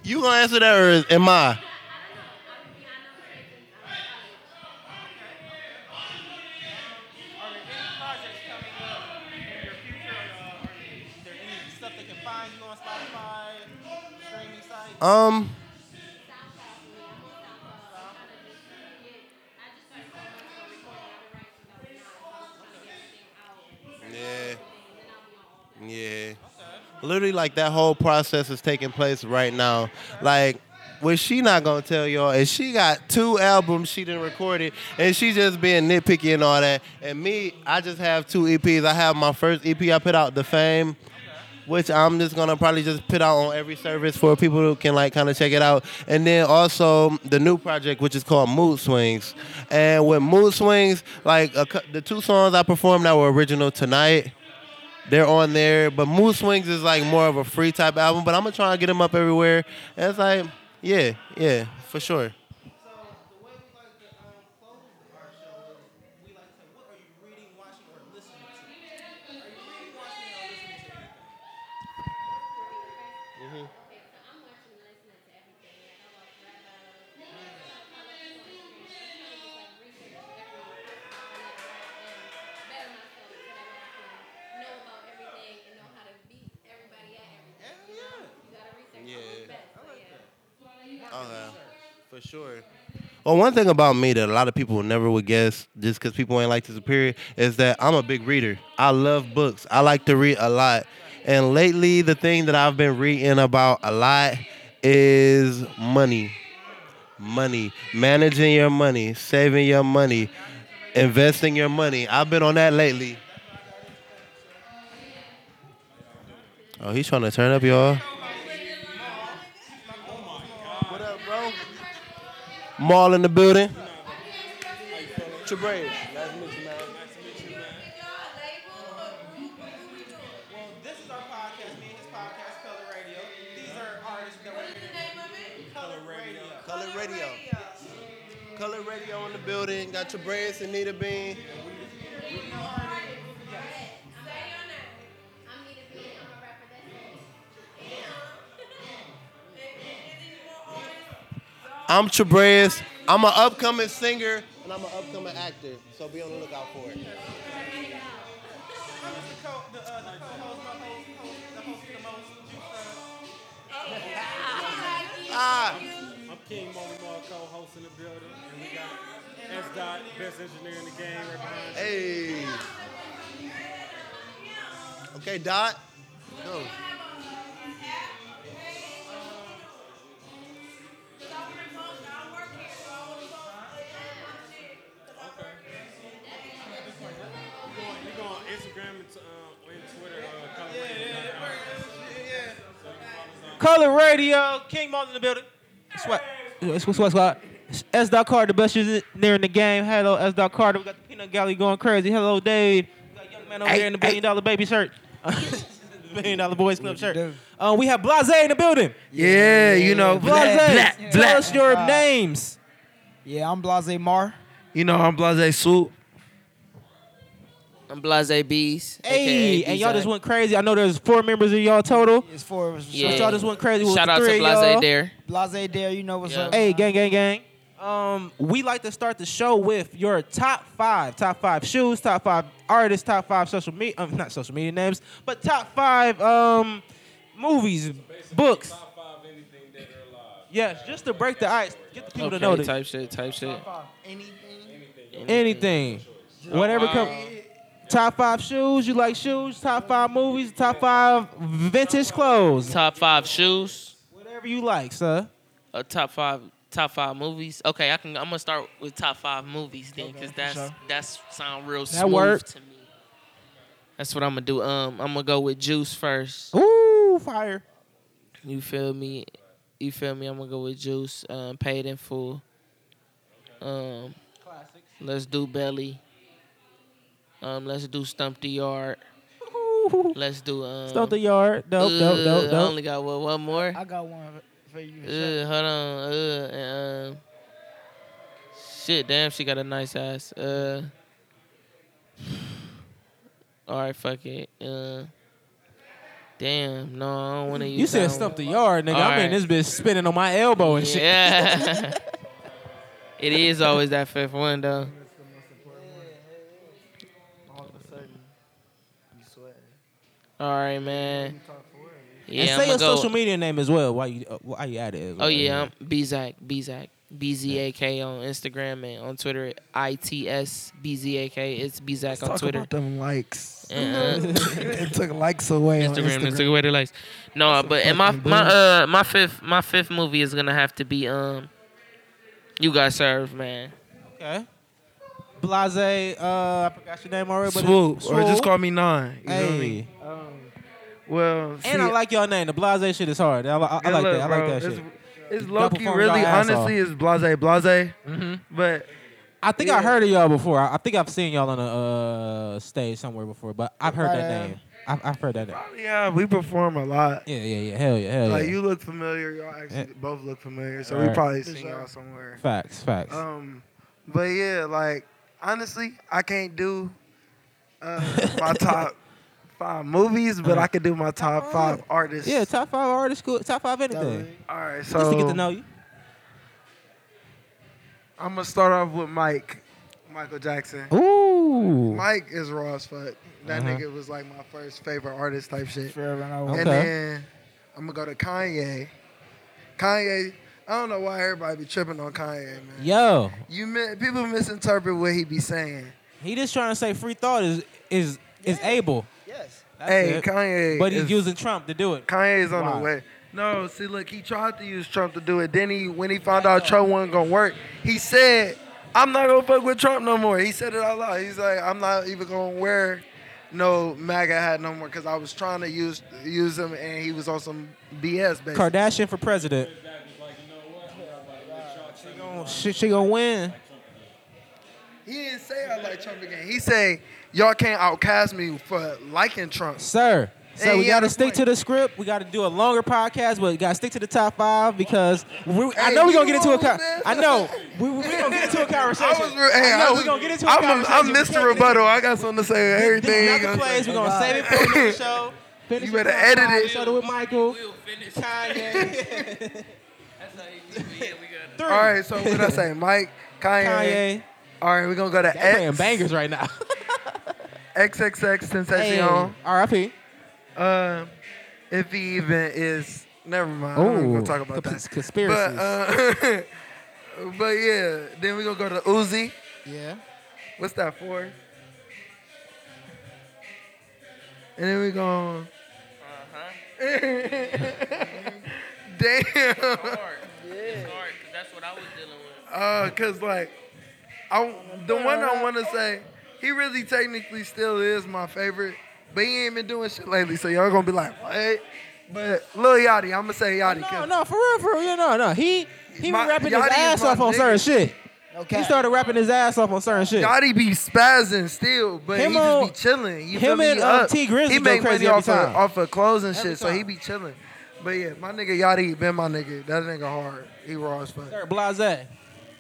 You gonna answer that or is- am I? Um. Yeah. Yeah. Literally, like that whole process is taking place right now. Like, what she not gonna tell y'all is she got two albums she didn't record it, and she just being nitpicky and all that. And me, I just have two EPs. I have my first EP I put out, The Fame, which I'm just gonna probably just put out on every service for people who can like kind of check it out. And then also the new project, which is called Mood Swings. And with Mood Swings, like a, cou- the two songs I performed that were original tonight they're on there. But Mood Swings is like more of a free type album. But I'm gonna try and get them up everywhere. And it's like, yeah, yeah, for sure. Mm-hmm. For sure. Well, one thing about me that a lot of people never would guess, just because people ain't like this period, is that I'm a big reader. I love books. I like to read a lot. And lately, the thing that I've been reading about a lot is money. Money. Managing your money, saving your money, investing your money. I've been on that lately. Oh, he's trying to turn up, y'all. What up, bro? Mall in the building. Trey. Color Radio. Color Radio in the building. Got your braids and Nita Bean. I'm Trebres. I'm an upcoming singer and I'm an upcoming actor. So be on the lookout for it. Ah. I'm King Molly Mall, co-host in the building, and we got S Dot, best engineer in the game, right behind. Hey. Okay, Dot. Go. We go on Instagram and uh, and Twitter. Uh, Color Radio. Color Radio, King Martin in the building. Sweat. Sweat, sweat, sweat. S. Dot Carter, the best is there in the game. Hello, S. Dot Carter. We got the peanut gallery going crazy. Hello, Dave. We got young man over there in the billion dollar baby shirt. *laughs* billion dollar boys club shirt. Uh, we have Blase in the building. Yeah, you know, Blase. black, black, Tell black. us your Wow. names. Yeah, I'm Blase Mar. You know, I'm Um, Blase Soup. I'm Blase Bees. Hey, and y'all just went crazy. I know there's four members of y'all total. It's four of us. But y'all just went crazy. with Shout the out three to of Blase y'all. Dare. Blase Dare, you know what's up. Hey, gang, gang, gang. Um, we like to start the show with your top five, top five shoes, top five artists, top five social media, um, not social media names, but top five um, movies, books. Yes, just to break the ice, get the people okay, to know that type shit, type shit. anything, whatever comes. Top five shoes, you like shoes? Top five movies, top five vintage clothes, Top five shoes. whatever you like, sir. Uh, top five. Top five movies. Okay, I can. I'm gonna start with top five movies then, cause that's sure. that's sound real That smooth work. to me. That's what I'm gonna do. Um, I'm gonna go with Juice first. Ooh, fire. You feel me? You feel me? I'm gonna go with Juice. Um, paid in full. Um, let's do Belly. Um, let's do Stump *laughs* the Yard. Let's do um, Stump the Yard. Dope, dope, dope, uh, I dope. only got what, one more. I got one for you. Uh, hold on. Uh, and, um, shit, damn, she got a nice ass. Uh, *sighs* all right, fuck it. Uh, damn, no, I don't want to use. You said that stump the one. yard, nigga. All I'm in right. this *laughs* bitch spinning on my elbow and shit. Yeah. *laughs* *laughs* it is always that fifth one though. All right, man. Yeah, and say I'ma your go- social media name as well. Why you uh, why you at it? as Oh well. yeah, I'm Bzak, Bzak, B Z A K on Instagram and on Twitter I T S B Z A K. It's Bzak on Talk Twitter. about *laughs* them likes. Uh-uh. they took likes away on Instagram, Instagram. they took away the likes. *laughs* *laughs* No, but and my my uh my fifth my fifth movie is gonna have to be um, you got served, man. Okay. Blase, uh, I forgot your name already. But Swoop, it's- or just Swoop. call me Nine. You know Hey. what I mean? Well, see, And I like your name. The Blase shit is hard. I, li- I, I and like look, that. I like bro, that shit. It's, it's Y'all low key, performed really, y'all ass honestly, off. is blase, blase. Mm-hmm. But I think I yeah. heard of y'all before. I, I think I've seen y'all on a uh, stage somewhere before, but I've heard that Right. name. I've, I've heard that name. Yeah, we perform a lot. Yeah, yeah, yeah. Hell yeah, hell like yeah. you look familiar. Y'all actually both look familiar, so Right. we probably seen y'all somewhere. Facts, facts. Um, but yeah, like honestly, I can't do uh, *laughs* my top five movies, Uh-huh. but I could do my top five artists. yeah, top five artist school, top five anything. All right, so Just to get to know you. I'm gonna start off with Mike, Michael Jackson. Ooh. Mike is raw as fuck. That Uh-huh. nigga was like my first favorite artist type shit. Forever and always. And Okay. then I'm gonna go to Kanye. Kanye, I don't know why everybody be tripping on Kanye, man. Yo, You mi- people misinterpret what he be saying. he just trying to say free thought is is is able. Yes. That's hey, it. Kanye. But he's is- using Trump to do it. Kanye is on Why? the way. No, see, look, he tried to use Trump to do it. Then he, when he found out Trump wasn't gonna work, he said, "I'm not gonna fuck with Trump no more." He said it out loud. He's like, "I'm not even gonna wear no MAGA hat no more," because I was trying to use use him, and he was on some BS. Basically. Kardashian for president. She, she gonna win. He didn't say I like Trump again. He said, "Y'all can't outcast me for liking Trump." Sir. So Hey, we he got had to a stick to the script. We got to do a longer podcast, but we got to stick to the top five because we, I Hey, know we're you gonna get into a. wrong, Co- man. I *laughs* know we we gonna get into a conversation. I was, re- hey, I know I we was, gonna get into a I'm, conversation. a, I'm We Mr. can't- Rebuttal. I got something to say. Everything. These other plays, we're gonna save it for another show. Finish *laughs* You the better top edit five, it. Show with Michael. Kanye. Three. All right, so what I say, Mike, Kanye. Kanye. All right, we're gonna go to Y'all X. playing bangers right *laughs* now. XXX Hey, Sensacion. R.I.P. Uh, if he even is, never mind. I'm Ooh, gonna talk about cons- that. conspiracies. But, uh, *laughs* but yeah, then we gonna go to Uzi. Yeah. What's that for? And then we gonna. Uh-huh. *laughs* Damn. that's what I was dealing with. Uh, cause like, I the one I want to say, he really technically still is my favorite, but he ain't been doing shit lately. So y'all gonna be like, what? But Lil Yachty, I'm gonna say Yachty. No, no, for real, for real. Yeah, no, no. He *laughs* he My- be rapping his Yachty is ass my off on nigga. certain shit. Okay. He started rapping his ass off on certain shit. Yachty be spazzing still, but Him he just on- be chilling. him You feel me? and, um, Up. T Grizzly he go make crazy every money off of, time. off of clothes and Every shit, so he time. be chilling. But yeah, my nigga Yachty been my nigga. That nigga hard. He raw as fuck. Sir Blase.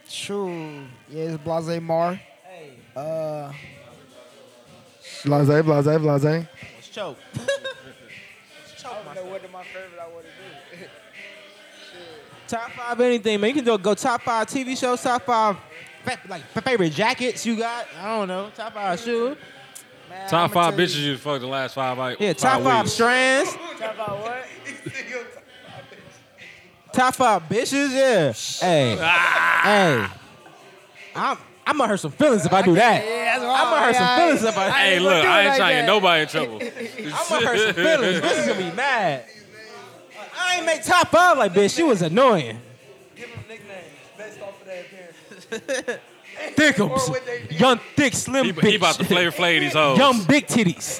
True. Yeah, it's Blase Mar. Uh, Blase, blase, blase. Let's *laughs* choke. *laughs* I don't know what my favorite I would to do. Shit. Top five anything, man. You can do, go top five TV shows, top five fa- like fa- favorite jackets you got. I don't know. Top five shoes. Top five bitches you fucked the last five like Yeah, top five, weeks. strands. Top five bitches, yeah. Hey, Ah. hey. I'm I'm gonna hurt some feelings if I do *laughs* that. Yeah, that's what I'm gonna hurt some feelings if I. Hey, look, I ain't trying to get nobody in *laughs* trouble. I'm gonna hurt some feelings. Bitches gonna be mad. I ain't make top five like bitch. She was annoying. Thickums, young thick slim He, bitch. he about to flavor flay these hoes. Young big titties.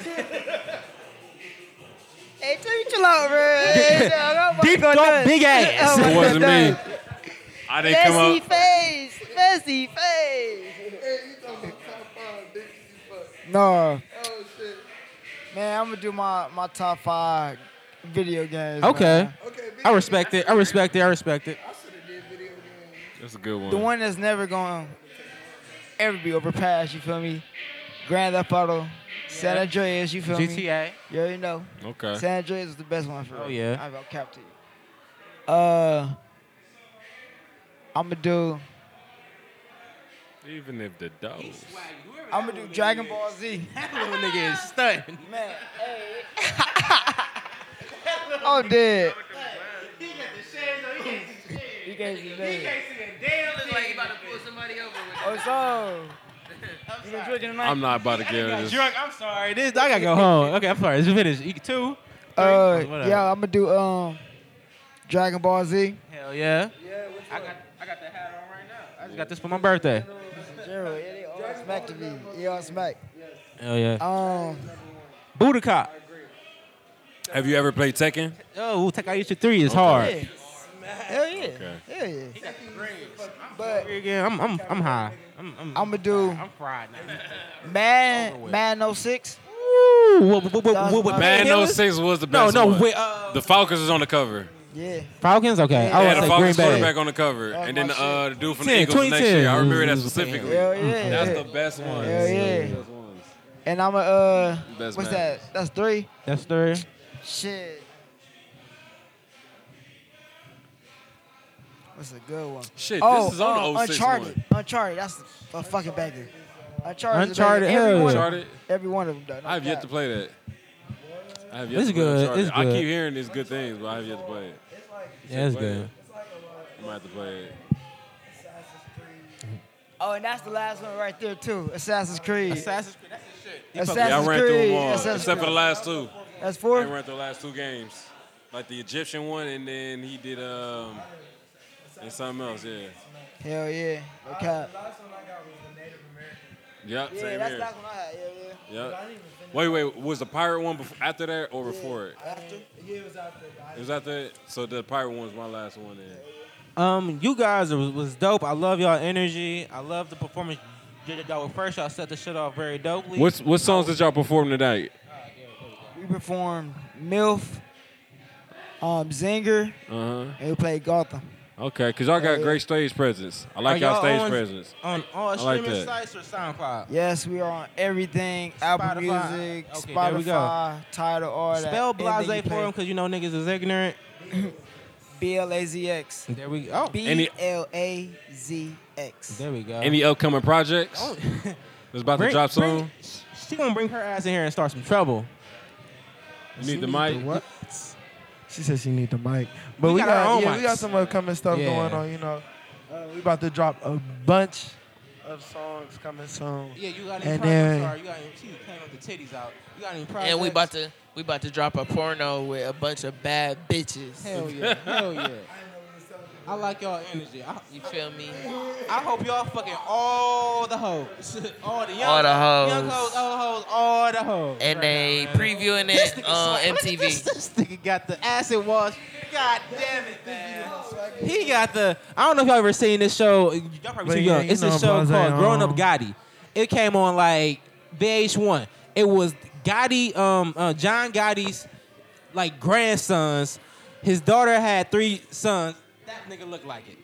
Hey, chill, chill out, *laughs* bro. Deep throat, *laughs* big ass. Oh It wasn't *laughs* me. I didn't come Messy up. face, messy face. No. Man, I'm gonna do my, my top five video games. Okay. man. I respect it. I respect it. I respect it. That's a good one. The one that's never gonna ever be overpassed, you feel me? Grand Theft Auto, San Yeah. Andreas, you feel me? GTA. You already know. Okay. San Andreas is the best one for Oh, real. yeah. I'll cap to you. Uh, I'm gonna do. Even if the dog. I'm gonna do Dragon Ball Z. That little *laughs* nigga is stunning. Man, *laughs* hey. oh, dead. He can't see that. Oh, so. You been drinking tonight? I'm not about to get in this. Drunk. I'm sorry. This I gotta go home. Okay, I'm sorry. It's finished. You- Two. Uh, Whatever. yeah, I'm gonna do um, Dragon Ball Z. Hell yeah. I got, I got the hat on right now. I just got this for my birthday. General, yeah, they all smack to me. Yeah, all smack. Hell yeah. Um, Budokai. Have you ever played Tekken? Oh, Takayuchi three is Okay. hard. hell yeah, Okay. hell yeah. But again, I'm I'm I'm high. I'm I'm, gonna do. oh I'm fried now. Mad Mad 06. Ooh, what, what, what, what, oh what, Man, no Killers? six was the No, best no, one. wait, uh, the Falcons is on the cover. Yeah. Falcons. Okay, Yeah, I the was like Green Falcons Bay. quarterback on the cover, and then uh, the dude from the 10, Eagles the next year. I 2010. remember that specifically. Hell yeah. That's the best one. Hell yeah. And I'm a uh, Best match. what's that? That's three. That's three. Shit. That's a good one. Shit, oh, this is on the uh, 06 Uncharted. one. Uncharted. That's a fucking banger. Uncharted. Uncharted, Is a hell banger. Every, yeah. one of them, Uncharted. every one of them. Though, no I have yet cap. to play that. I have yet It's to play good, Uncharted. it's I good. keep hearing it's good things, but I have yet to play it. Yeah, it's Play it. good. I'm gonna have to play it. Oh, and that's the last one right there too. Assassin's Creed. Assassin's Creed. That's the shit. yeah, I Assassin's ran Creed. through them all Assassin's except for the Creed. last two. That's four? I ran through the last two games, like the Egyptian one, and then he did um and something else. Yeah. Hell yeah. No cap. Yep. Yeah, same that's here. the last one I had. Yeah, yeah. Yep. Wait, wait. Was the pirate one before, after that or before it? After? Yeah, it was after. It was after it. So the pirate one was my last one. Then. Um, you guys was, was dope. I love y'all energy. I love the performance. y- Y'all were fresh. Y'all set the shit off very dopely. What's what songs did y'all perform tonight? We performed MILF, um, Zinger, Uh huh. and we played Gotham. Okay, cause y'all got great stage presence. I like Oh, Are y'all, y'all stage on- presence. on all I like streaming that. sites or SoundCloud? Yes, we are on everything Apple Spotify. Music, Okay, there we go. Spotify, Tidal, all that. Spell Blase for him because you know niggas is *clears throat* ignorant. B L A Z X. There we go. B L A Z X. There we go. Any *laughs* upcoming projects? Oh. That's about Bring- to drop bring- soon. She gonna bring her ass in here and start some trouble. You need the mic. She said she need the mic, but We we, got got, our own yeah, we got mics. some upcoming stuff Yeah. going on. You know, uh, we about to drop a bunch of songs coming soon. Yeah, you got any and projects? then *laughs* Sorry, *laughs* you got any, she came with the titties out. You got any projects? And we about to we about to drop a porno with a bunch of bad bitches. Hell yeah, hell *laughs* yeah. I like y'all energy. I, you feel me? I hope y'all fucking all the hoes, *laughs* all the young, All the young hoes. hoes, all the hoes, all the hoes. And Oh, right they now, man. previewing This it uh, nigga swag. on Look at MTV. This, this nigga got the acid wash. God damn it, man. He got the. I don't know if y'all ever seen this show. Y'all probably But too yeah, young. you It's a know show Blase, called Grown Up um, Gotti. It came on like VH1. It was Gotti, um, uh, John Gotti's like grandsons. His daughter had three sons. That nigga looked like it.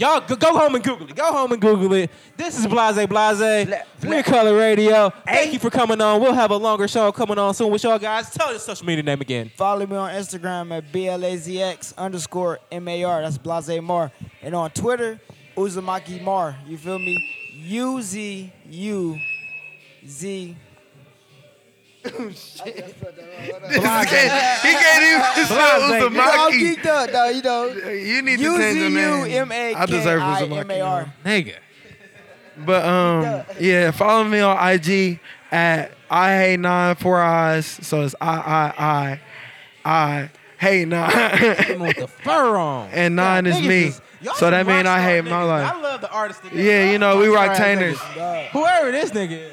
Y'all go, go home and Google it. Go home and Google it. This is Blase Blase. We're Color Radio. Thank you for coming on. We'll have a longer show coming on soon with y'all guys. Tell your social media name again. Follow me on Instagram at blazx underscore mar. That's Blase Mar. And on Twitter, Uzumaki Mar. You feel me? U Z U *laughs* Z. He can't even say Blase. Uzumaki. You all geeked up, though. You know. You need to change your name. I deserve Uzumaki. U-Z-U-M-A-K-I-M-A-R. Nigga. But um, yeah, follow me on IG at I hate nine four eyes. So it's I I I I hate nine. with the fur on. *laughs* And nine is niggas me. is- y'all so that some means I rockstar hate my niggas. life. I love the artist. Yeah, you know, we rock tainers. Whoever this nigga is,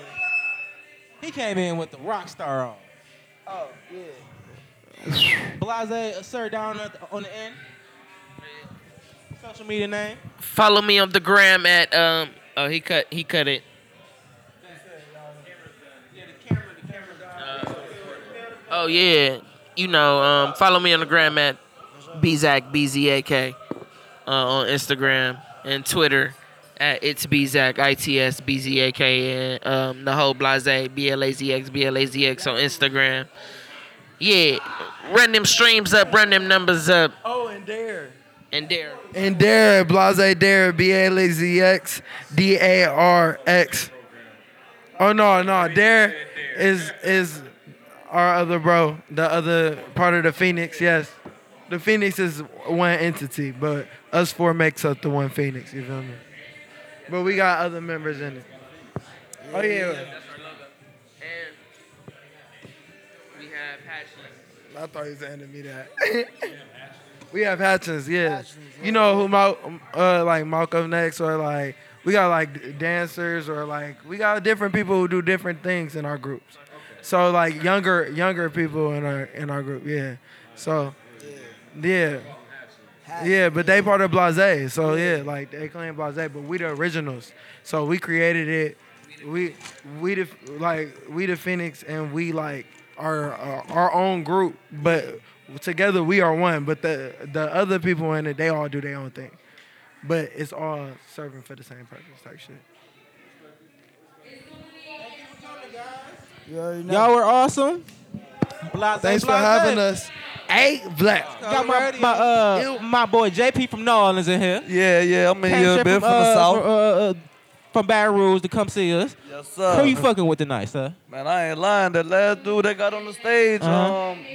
he came in with the rock star on. Oh, yeah. Blase, uh, sir, down at the, on the end. Social media name. Follow me on the gram at um. Oh, he cut. He cut it. Oh yeah, you know. Um, follow me on the gram at bzak b z a k uh, on Instagram and Twitter at it's bzak i t s b z a k and um the whole blase b l a z x b l a z x on Instagram. Yeah, run them streams up, run them numbers up. Oh, and dare. And dare. And Dare, Blase Dare, B A L A Z X, D A R X. Oh no, no, Dare is is our other bro, the other part of the Phoenix. Yes, the Phoenix is one entity, but us four makes up the one Phoenix. You feel me? But we got other members in it. Oh yeah, We have passion. I thought he was handing me that. *laughs* we have Hatchins. Yeah, you know who Mal, uh, like Malcolm Next or like we got like dancers or like we got different people who do different things in our groups. So like younger younger people in our in our group. Yeah. So yeah. Yeah, but they part of Blase, so yeah, like they claim Blase, but we the originals. So we created it. We we the like we the Phoenix, and we like our our, our own group, but together we are one. But the the other people in it, they all do their own thing, but it's all serving for the same purpose, type shit. Y'all were awesome. Blase, Thanks for blase. having us. Hey, Black. Got my, my, uh, my boy JP from New Orleans in here. Yeah, yeah, I'm in here, Patrick been from the uh, South. From, uh, uh, from Baton Rouge to come see us. Yes, sir. Who you fucking with tonight, sir? Man, I ain't lying. That last dude that got on the stage, Uh-huh. um,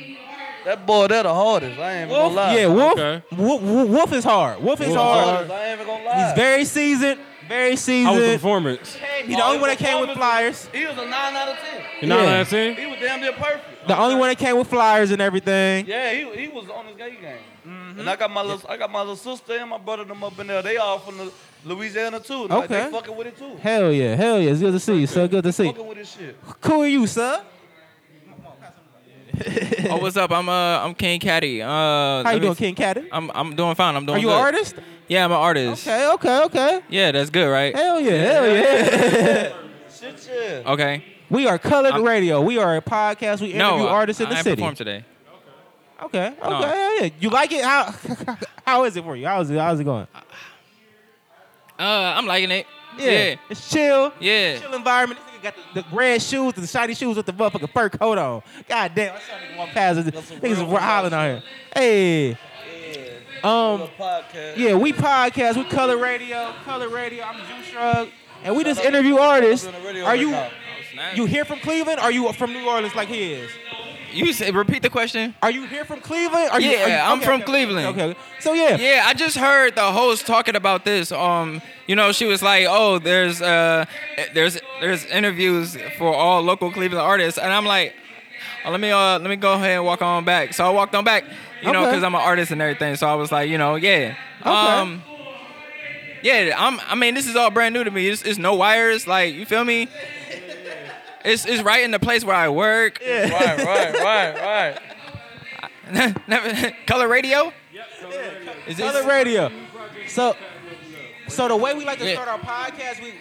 that boy, that the hardest. I ain't even gonna lie. Yeah, Wolf. Wolf, Wolf- Wolf is hard. Wolf is Wolf hard. hard. I ain't even gonna lie. He's very seasoned. Very seasoned. How was the performance? He the only one that came with flyers. He was a nine out of ten. You know what I'm saying? He was damn near perfect. The only one that came with flyers and everything. Yeah, he, he was on his gay game. Mm-hmm. And I got my little I got my little sister and my brother them up in there. They all from the Louisiana too. Like, Okay. They fucking with it too. Hell yeah, hell yeah. It's good to see you, sir. Good to see Fucking with this shit. Who are you, sir? oh, what's up? I'm uh, I'm King Caddy. Uh, How you doing, King Caddy? I'm I'm doing fine. I'm doing. Are you good. an artist? Yeah, I'm an artist. Okay, okay, okay. Yeah, that's good, right? Hell yeah, hell yeah. *laughs* Shit, yeah. Okay. we are Colored Radio. We are a podcast. We interview no, I- artists in the I ain't city. performed today. Okay, okay, No. hell yeah. You like it? How *laughs* how is it for you? How's it how's it going? Uh, I'm liking it. Yeah. It's chill. Yeah. Chill environment. This nigga got the, the red shoes, the shiny shoes with the motherfucking fur coat on. God damn, I saw nigga walk past us. Niggas were hollering out here. Hey. Um, yeah, we podcast. We color radio, color radio. I'm Juice Shrug, and we just interview artists. Are you you here from Cleveland? Are you from New Orleans like he is? You say, repeat the question. Are you here from Cleveland? Are you, yeah, are you- I'm okay, from okay, Cleveland. Okay, So yeah. Yeah, I just heard the host talking about this. Um, you know, she was like, "Oh, there's uh, there's there's interviews for all local Cleveland artists," and I'm like, oh, "Let me uh, let me go ahead and walk on back." So I walked on back, you know, know, Okay. because I'm an artist and everything. So I was like, you know, yeah. Okay. Um, yeah, I'm. I mean, this is all brand new to me. It's, it's no wires, like you feel me. It's it's right in the place where I work. Yeah. Right, right, right, right. *laughs* Never color radio. Is this- Color radio. So, so the way we like to Yeah. start our podcast, we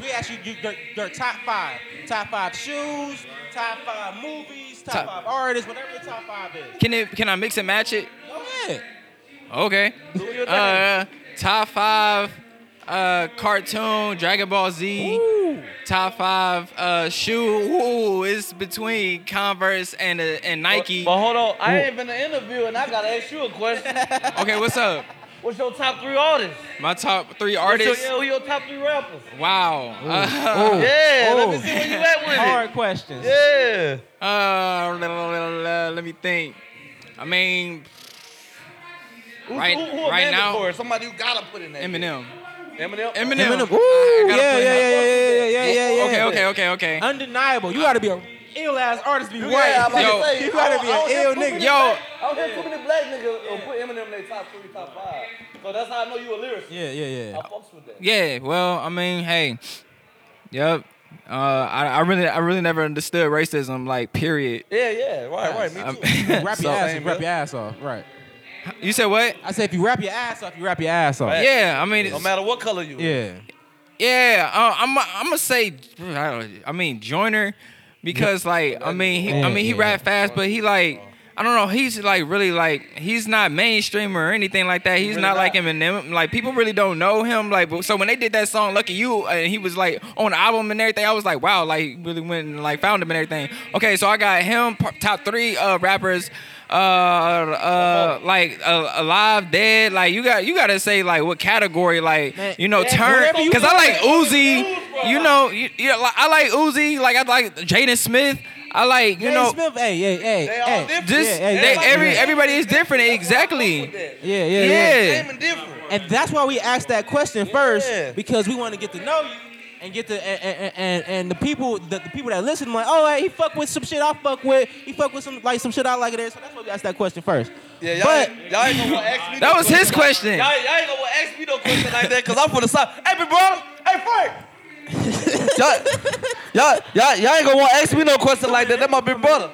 we ask you your, your top five, top five shoes, top five movies, top, Top- five artists, whatever your top five is. Can it? Can I mix and match it? Go ahead. Okay. Do your thing. Uh, top five uh, cartoon Dragon Ball Z. Top five uh, shoe. Ooh, it's between Converse and uh, and Nike. But hold on, Oh, I ain't been an interview and I gotta ask you *laughs* a question. Okay, what's up? What's your top three artists? My top What's three your- artists. yeah, who your top three rappers? Wow. Uh, *laughs* Ooh. Yeah, let me see where you at with it. Hard questions. Yeah. Uh, la, la, la, la, let me think. I mean, Who, right, who, who a right man now, for? Somebody you gotta put in there. Eminem. Eminem. Eminem. Eminem. Ooh, Ooh, gotta yeah, yeah, put yeah, him up. yeah, yeah, yeah, yeah, yeah, Okay, yeah. okay, okay, okay. Undeniable. You gotta be a ill ass artist to be white. I'm about to Yo, say, you gotta I- be I don't hear an ill too many nigga. black- I don't hear too many black niggas uh, put Eminem in their top three, top five. So that's how I know you a lyricist. Yeah, yeah, yeah. I fucks with that. Yeah, well, I mean, hey, yep. Uh, I, I really, I really never understood racism, like period. Yeah, yeah, right, right. Me I'm- too. Rap *laughs* So- your ass, rap your ass off. Right. You said what? I said if you rap your ass off, you rap your ass off. Yeah, I mean, no it's- matter what color you. Yeah. Yeah, uh, I'm, I'm gonna say, I, don't, I mean, Joyner, because like, I mean, he, I mean, he rap fast, but he like, I don't know, he's like really like, he's not mainstream or anything like that. He's Really not not. like Eminem. Like people really don't know him. Like, but, so when they did that song "Lucky You" uh, and he was like on the album and everything, I was like, wow, like he really went and like found him and everything. Okay, so I got him p- top three uh, rappers. Uh, uh, like uh, alive, dead. Like you got, you gotta say like what category? Like you know, Yeah, turn whatever you because I want. like Uzi. You know, you, you know, like, I like Uzi. Like I like Jaden Smith. I like you Jaden know. Smith, hey, hey, hey, They all hey. different. Just Yeah, yeah, they, yeah. every Yeah. everybody is different. Exactly. Yeah, yeah, Yeah. yeah. And that's why we asked that question first because we want to get to know you and get to and and, and, and the people the, the people that listen like, oh, hey, he fuck with some shit I fuck with. He fuck with some like some shit I like it. is. So that's why we asked that question first. Yeah, y'all, But- ain't- y'all ain't gonna wanna ask me. That no was his question. Y'all, y'all ain't gonna wanna ask me no question like that because I'm from *laughs* the south. Hey, big brother. Hey, Frank. y'all, y'all, y'all, y'all ain't gonna wanna ask me no question like that. That's my big brother.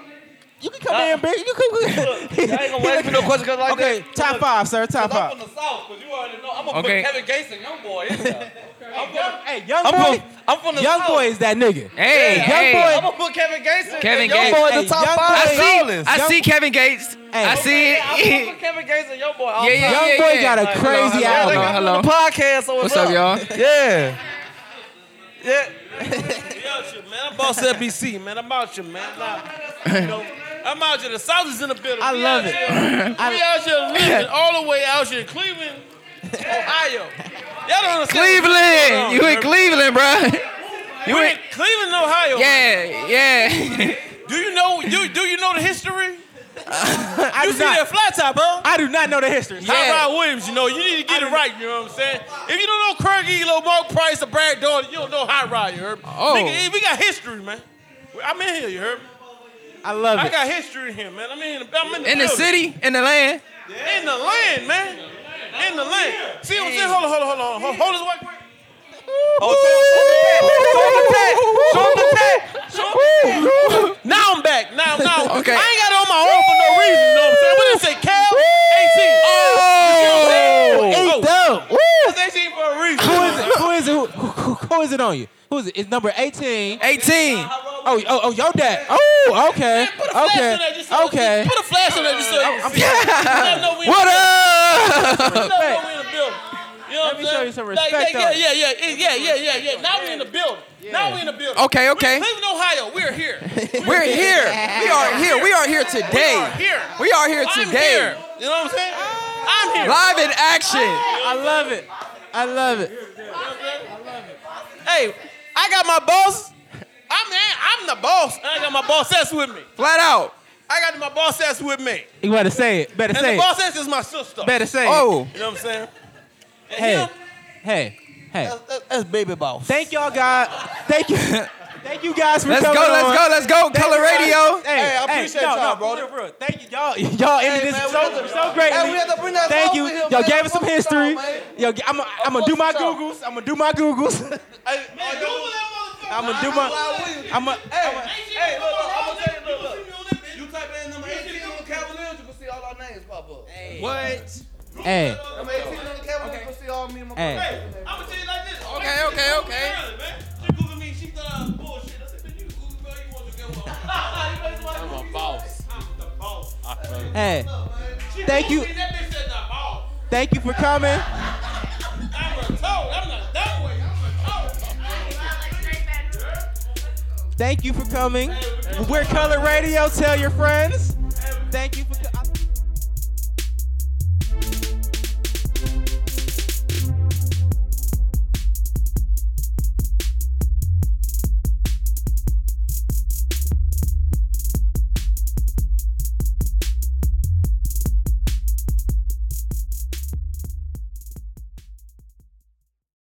You can come in, big. You can. y'all ain't gonna ask me no question 'cause like okay, that. top five, sir. Top Cause five. I'm from the south, cause you already know. I'm gonna Okay. put Kevin Gates and Young Boy in there. I'm from, hey, Young I'm boy. From, I'm from the young south. boy is that nigga. Hey, young hey. boy. I'm gonna put Kevin Gates in Kevin there. Gates. Young Boy in Hey, the top Young five. Boy- I see, Rollins. I Young- see Kevin Gates. I see I'm it. from Kevin Gates and Young Boy. all Yeah, yeah, time. yeah, Young Boy got a yeah. crazy Hello, album. Hello, Hello. hello. Podcast. So What's up, y'all? Yeah. Yeah. Man, I'm boss FBC, man. I'm out here, man. I'm out, you know, I'm out here. The South is in the building. I We love out it. Here, I- we out here living all the way out here in Cleveland, Ohio. Y'all don't understand. what's going on, Cleveland. You in bro. Cleveland, bruh. You We're in in Cleveland, Ohio. Yeah, yeah. *laughs* Do you know? Do, do you know the *laughs* history? I you do see not- that fly top, huh? I do not know the history. Tyrod Williams, you know, you need to get it right, you know what I'm saying? If you don't know Craig Elo, Mark Price, or Brad Daugherty, you don't know Hot Rod, you heard? me? Oh. Nigga, eh, we got history, man. I'm in here, you heard? me? I love I it. got history here, man. I'm in, I'm in the *laughs* in the building. city, in the land. In the land, man. In the land. See what I'm saying? Hold on, hold on, hold on. Hold, hold this white quick. Now I'm back. Now, now. Okay. I ain't got it on my own for no reason. You know what I'm saying? What did it say? Cal 18. Oh, you see what I'm saying? Oh, That's 18 for a reason. Who is it? Who is it? Who, who, who is it on you? Who is it? It's number 18. 18. Oh, oh, oh, your dad. Oh, okay. Okay. Okay. Put a flash on that just so you can see. Let 'em know we in What the up? building. Let 'em know we in the building. You know what I'm show saying? you some Like, respect, Yeah, though. yeah, yeah, yeah, yeah, yeah, yeah, yeah. Now we in the building. Now we in the building. Okay, We're okay. in Cleveland, Ohio. We're here. *laughs* We're here. We are here. We are here today. We are here. We are here I'm today. here. You know what I'm saying? I'm here. Live in action. I love it. I love it. Hey, I got my boss. I'm I'm the boss. I got my boss ass with me. Flat out. I got my boss ass with me. You better say it. Better and say the it. boss ass is my sister. Better say it. Oh. You know what I'm saying? And Hey. him, Hey. Hey. That's, that's baby boss. Thank y'all guys. Thank you. *laughs* Thank you guys for Let's go, coming let's on. go, let's go. Thank Color you guys. radio. Hey, Hey, hey, I appreciate no, no, y'all, for real, for real. Thank you, y'all. *laughs* Y'all ended this so, so greatly. Hey, we had to bring that Thank song you. in here, y'all man. gave us some Fuck with y'all, history. man. Y'all, I'm gonna do my googles. I'm gonna do my *laughs* *laughs* googles. I'm gonna do my. I'm gonna. Hey, look, look, I'm gonna tell you, look, look. You type in number 18 on Cavaliers, you can see all our names pop up. What? Hey. Number 18 on the Cavaliers, you can see all me and my Hey. brother. I'm gonna tell you like this. Okay, okay, okay. She Googled me. She thought I was bullshit. I said, man, you Google girl, you want to get one. I'm a boss. I'm the boss. Hey. She Thank Googled you. me, That bitch said the boss. Thank you for coming. Thank you for coming. We're Color Radio. Tell your friends. Thank you for. co-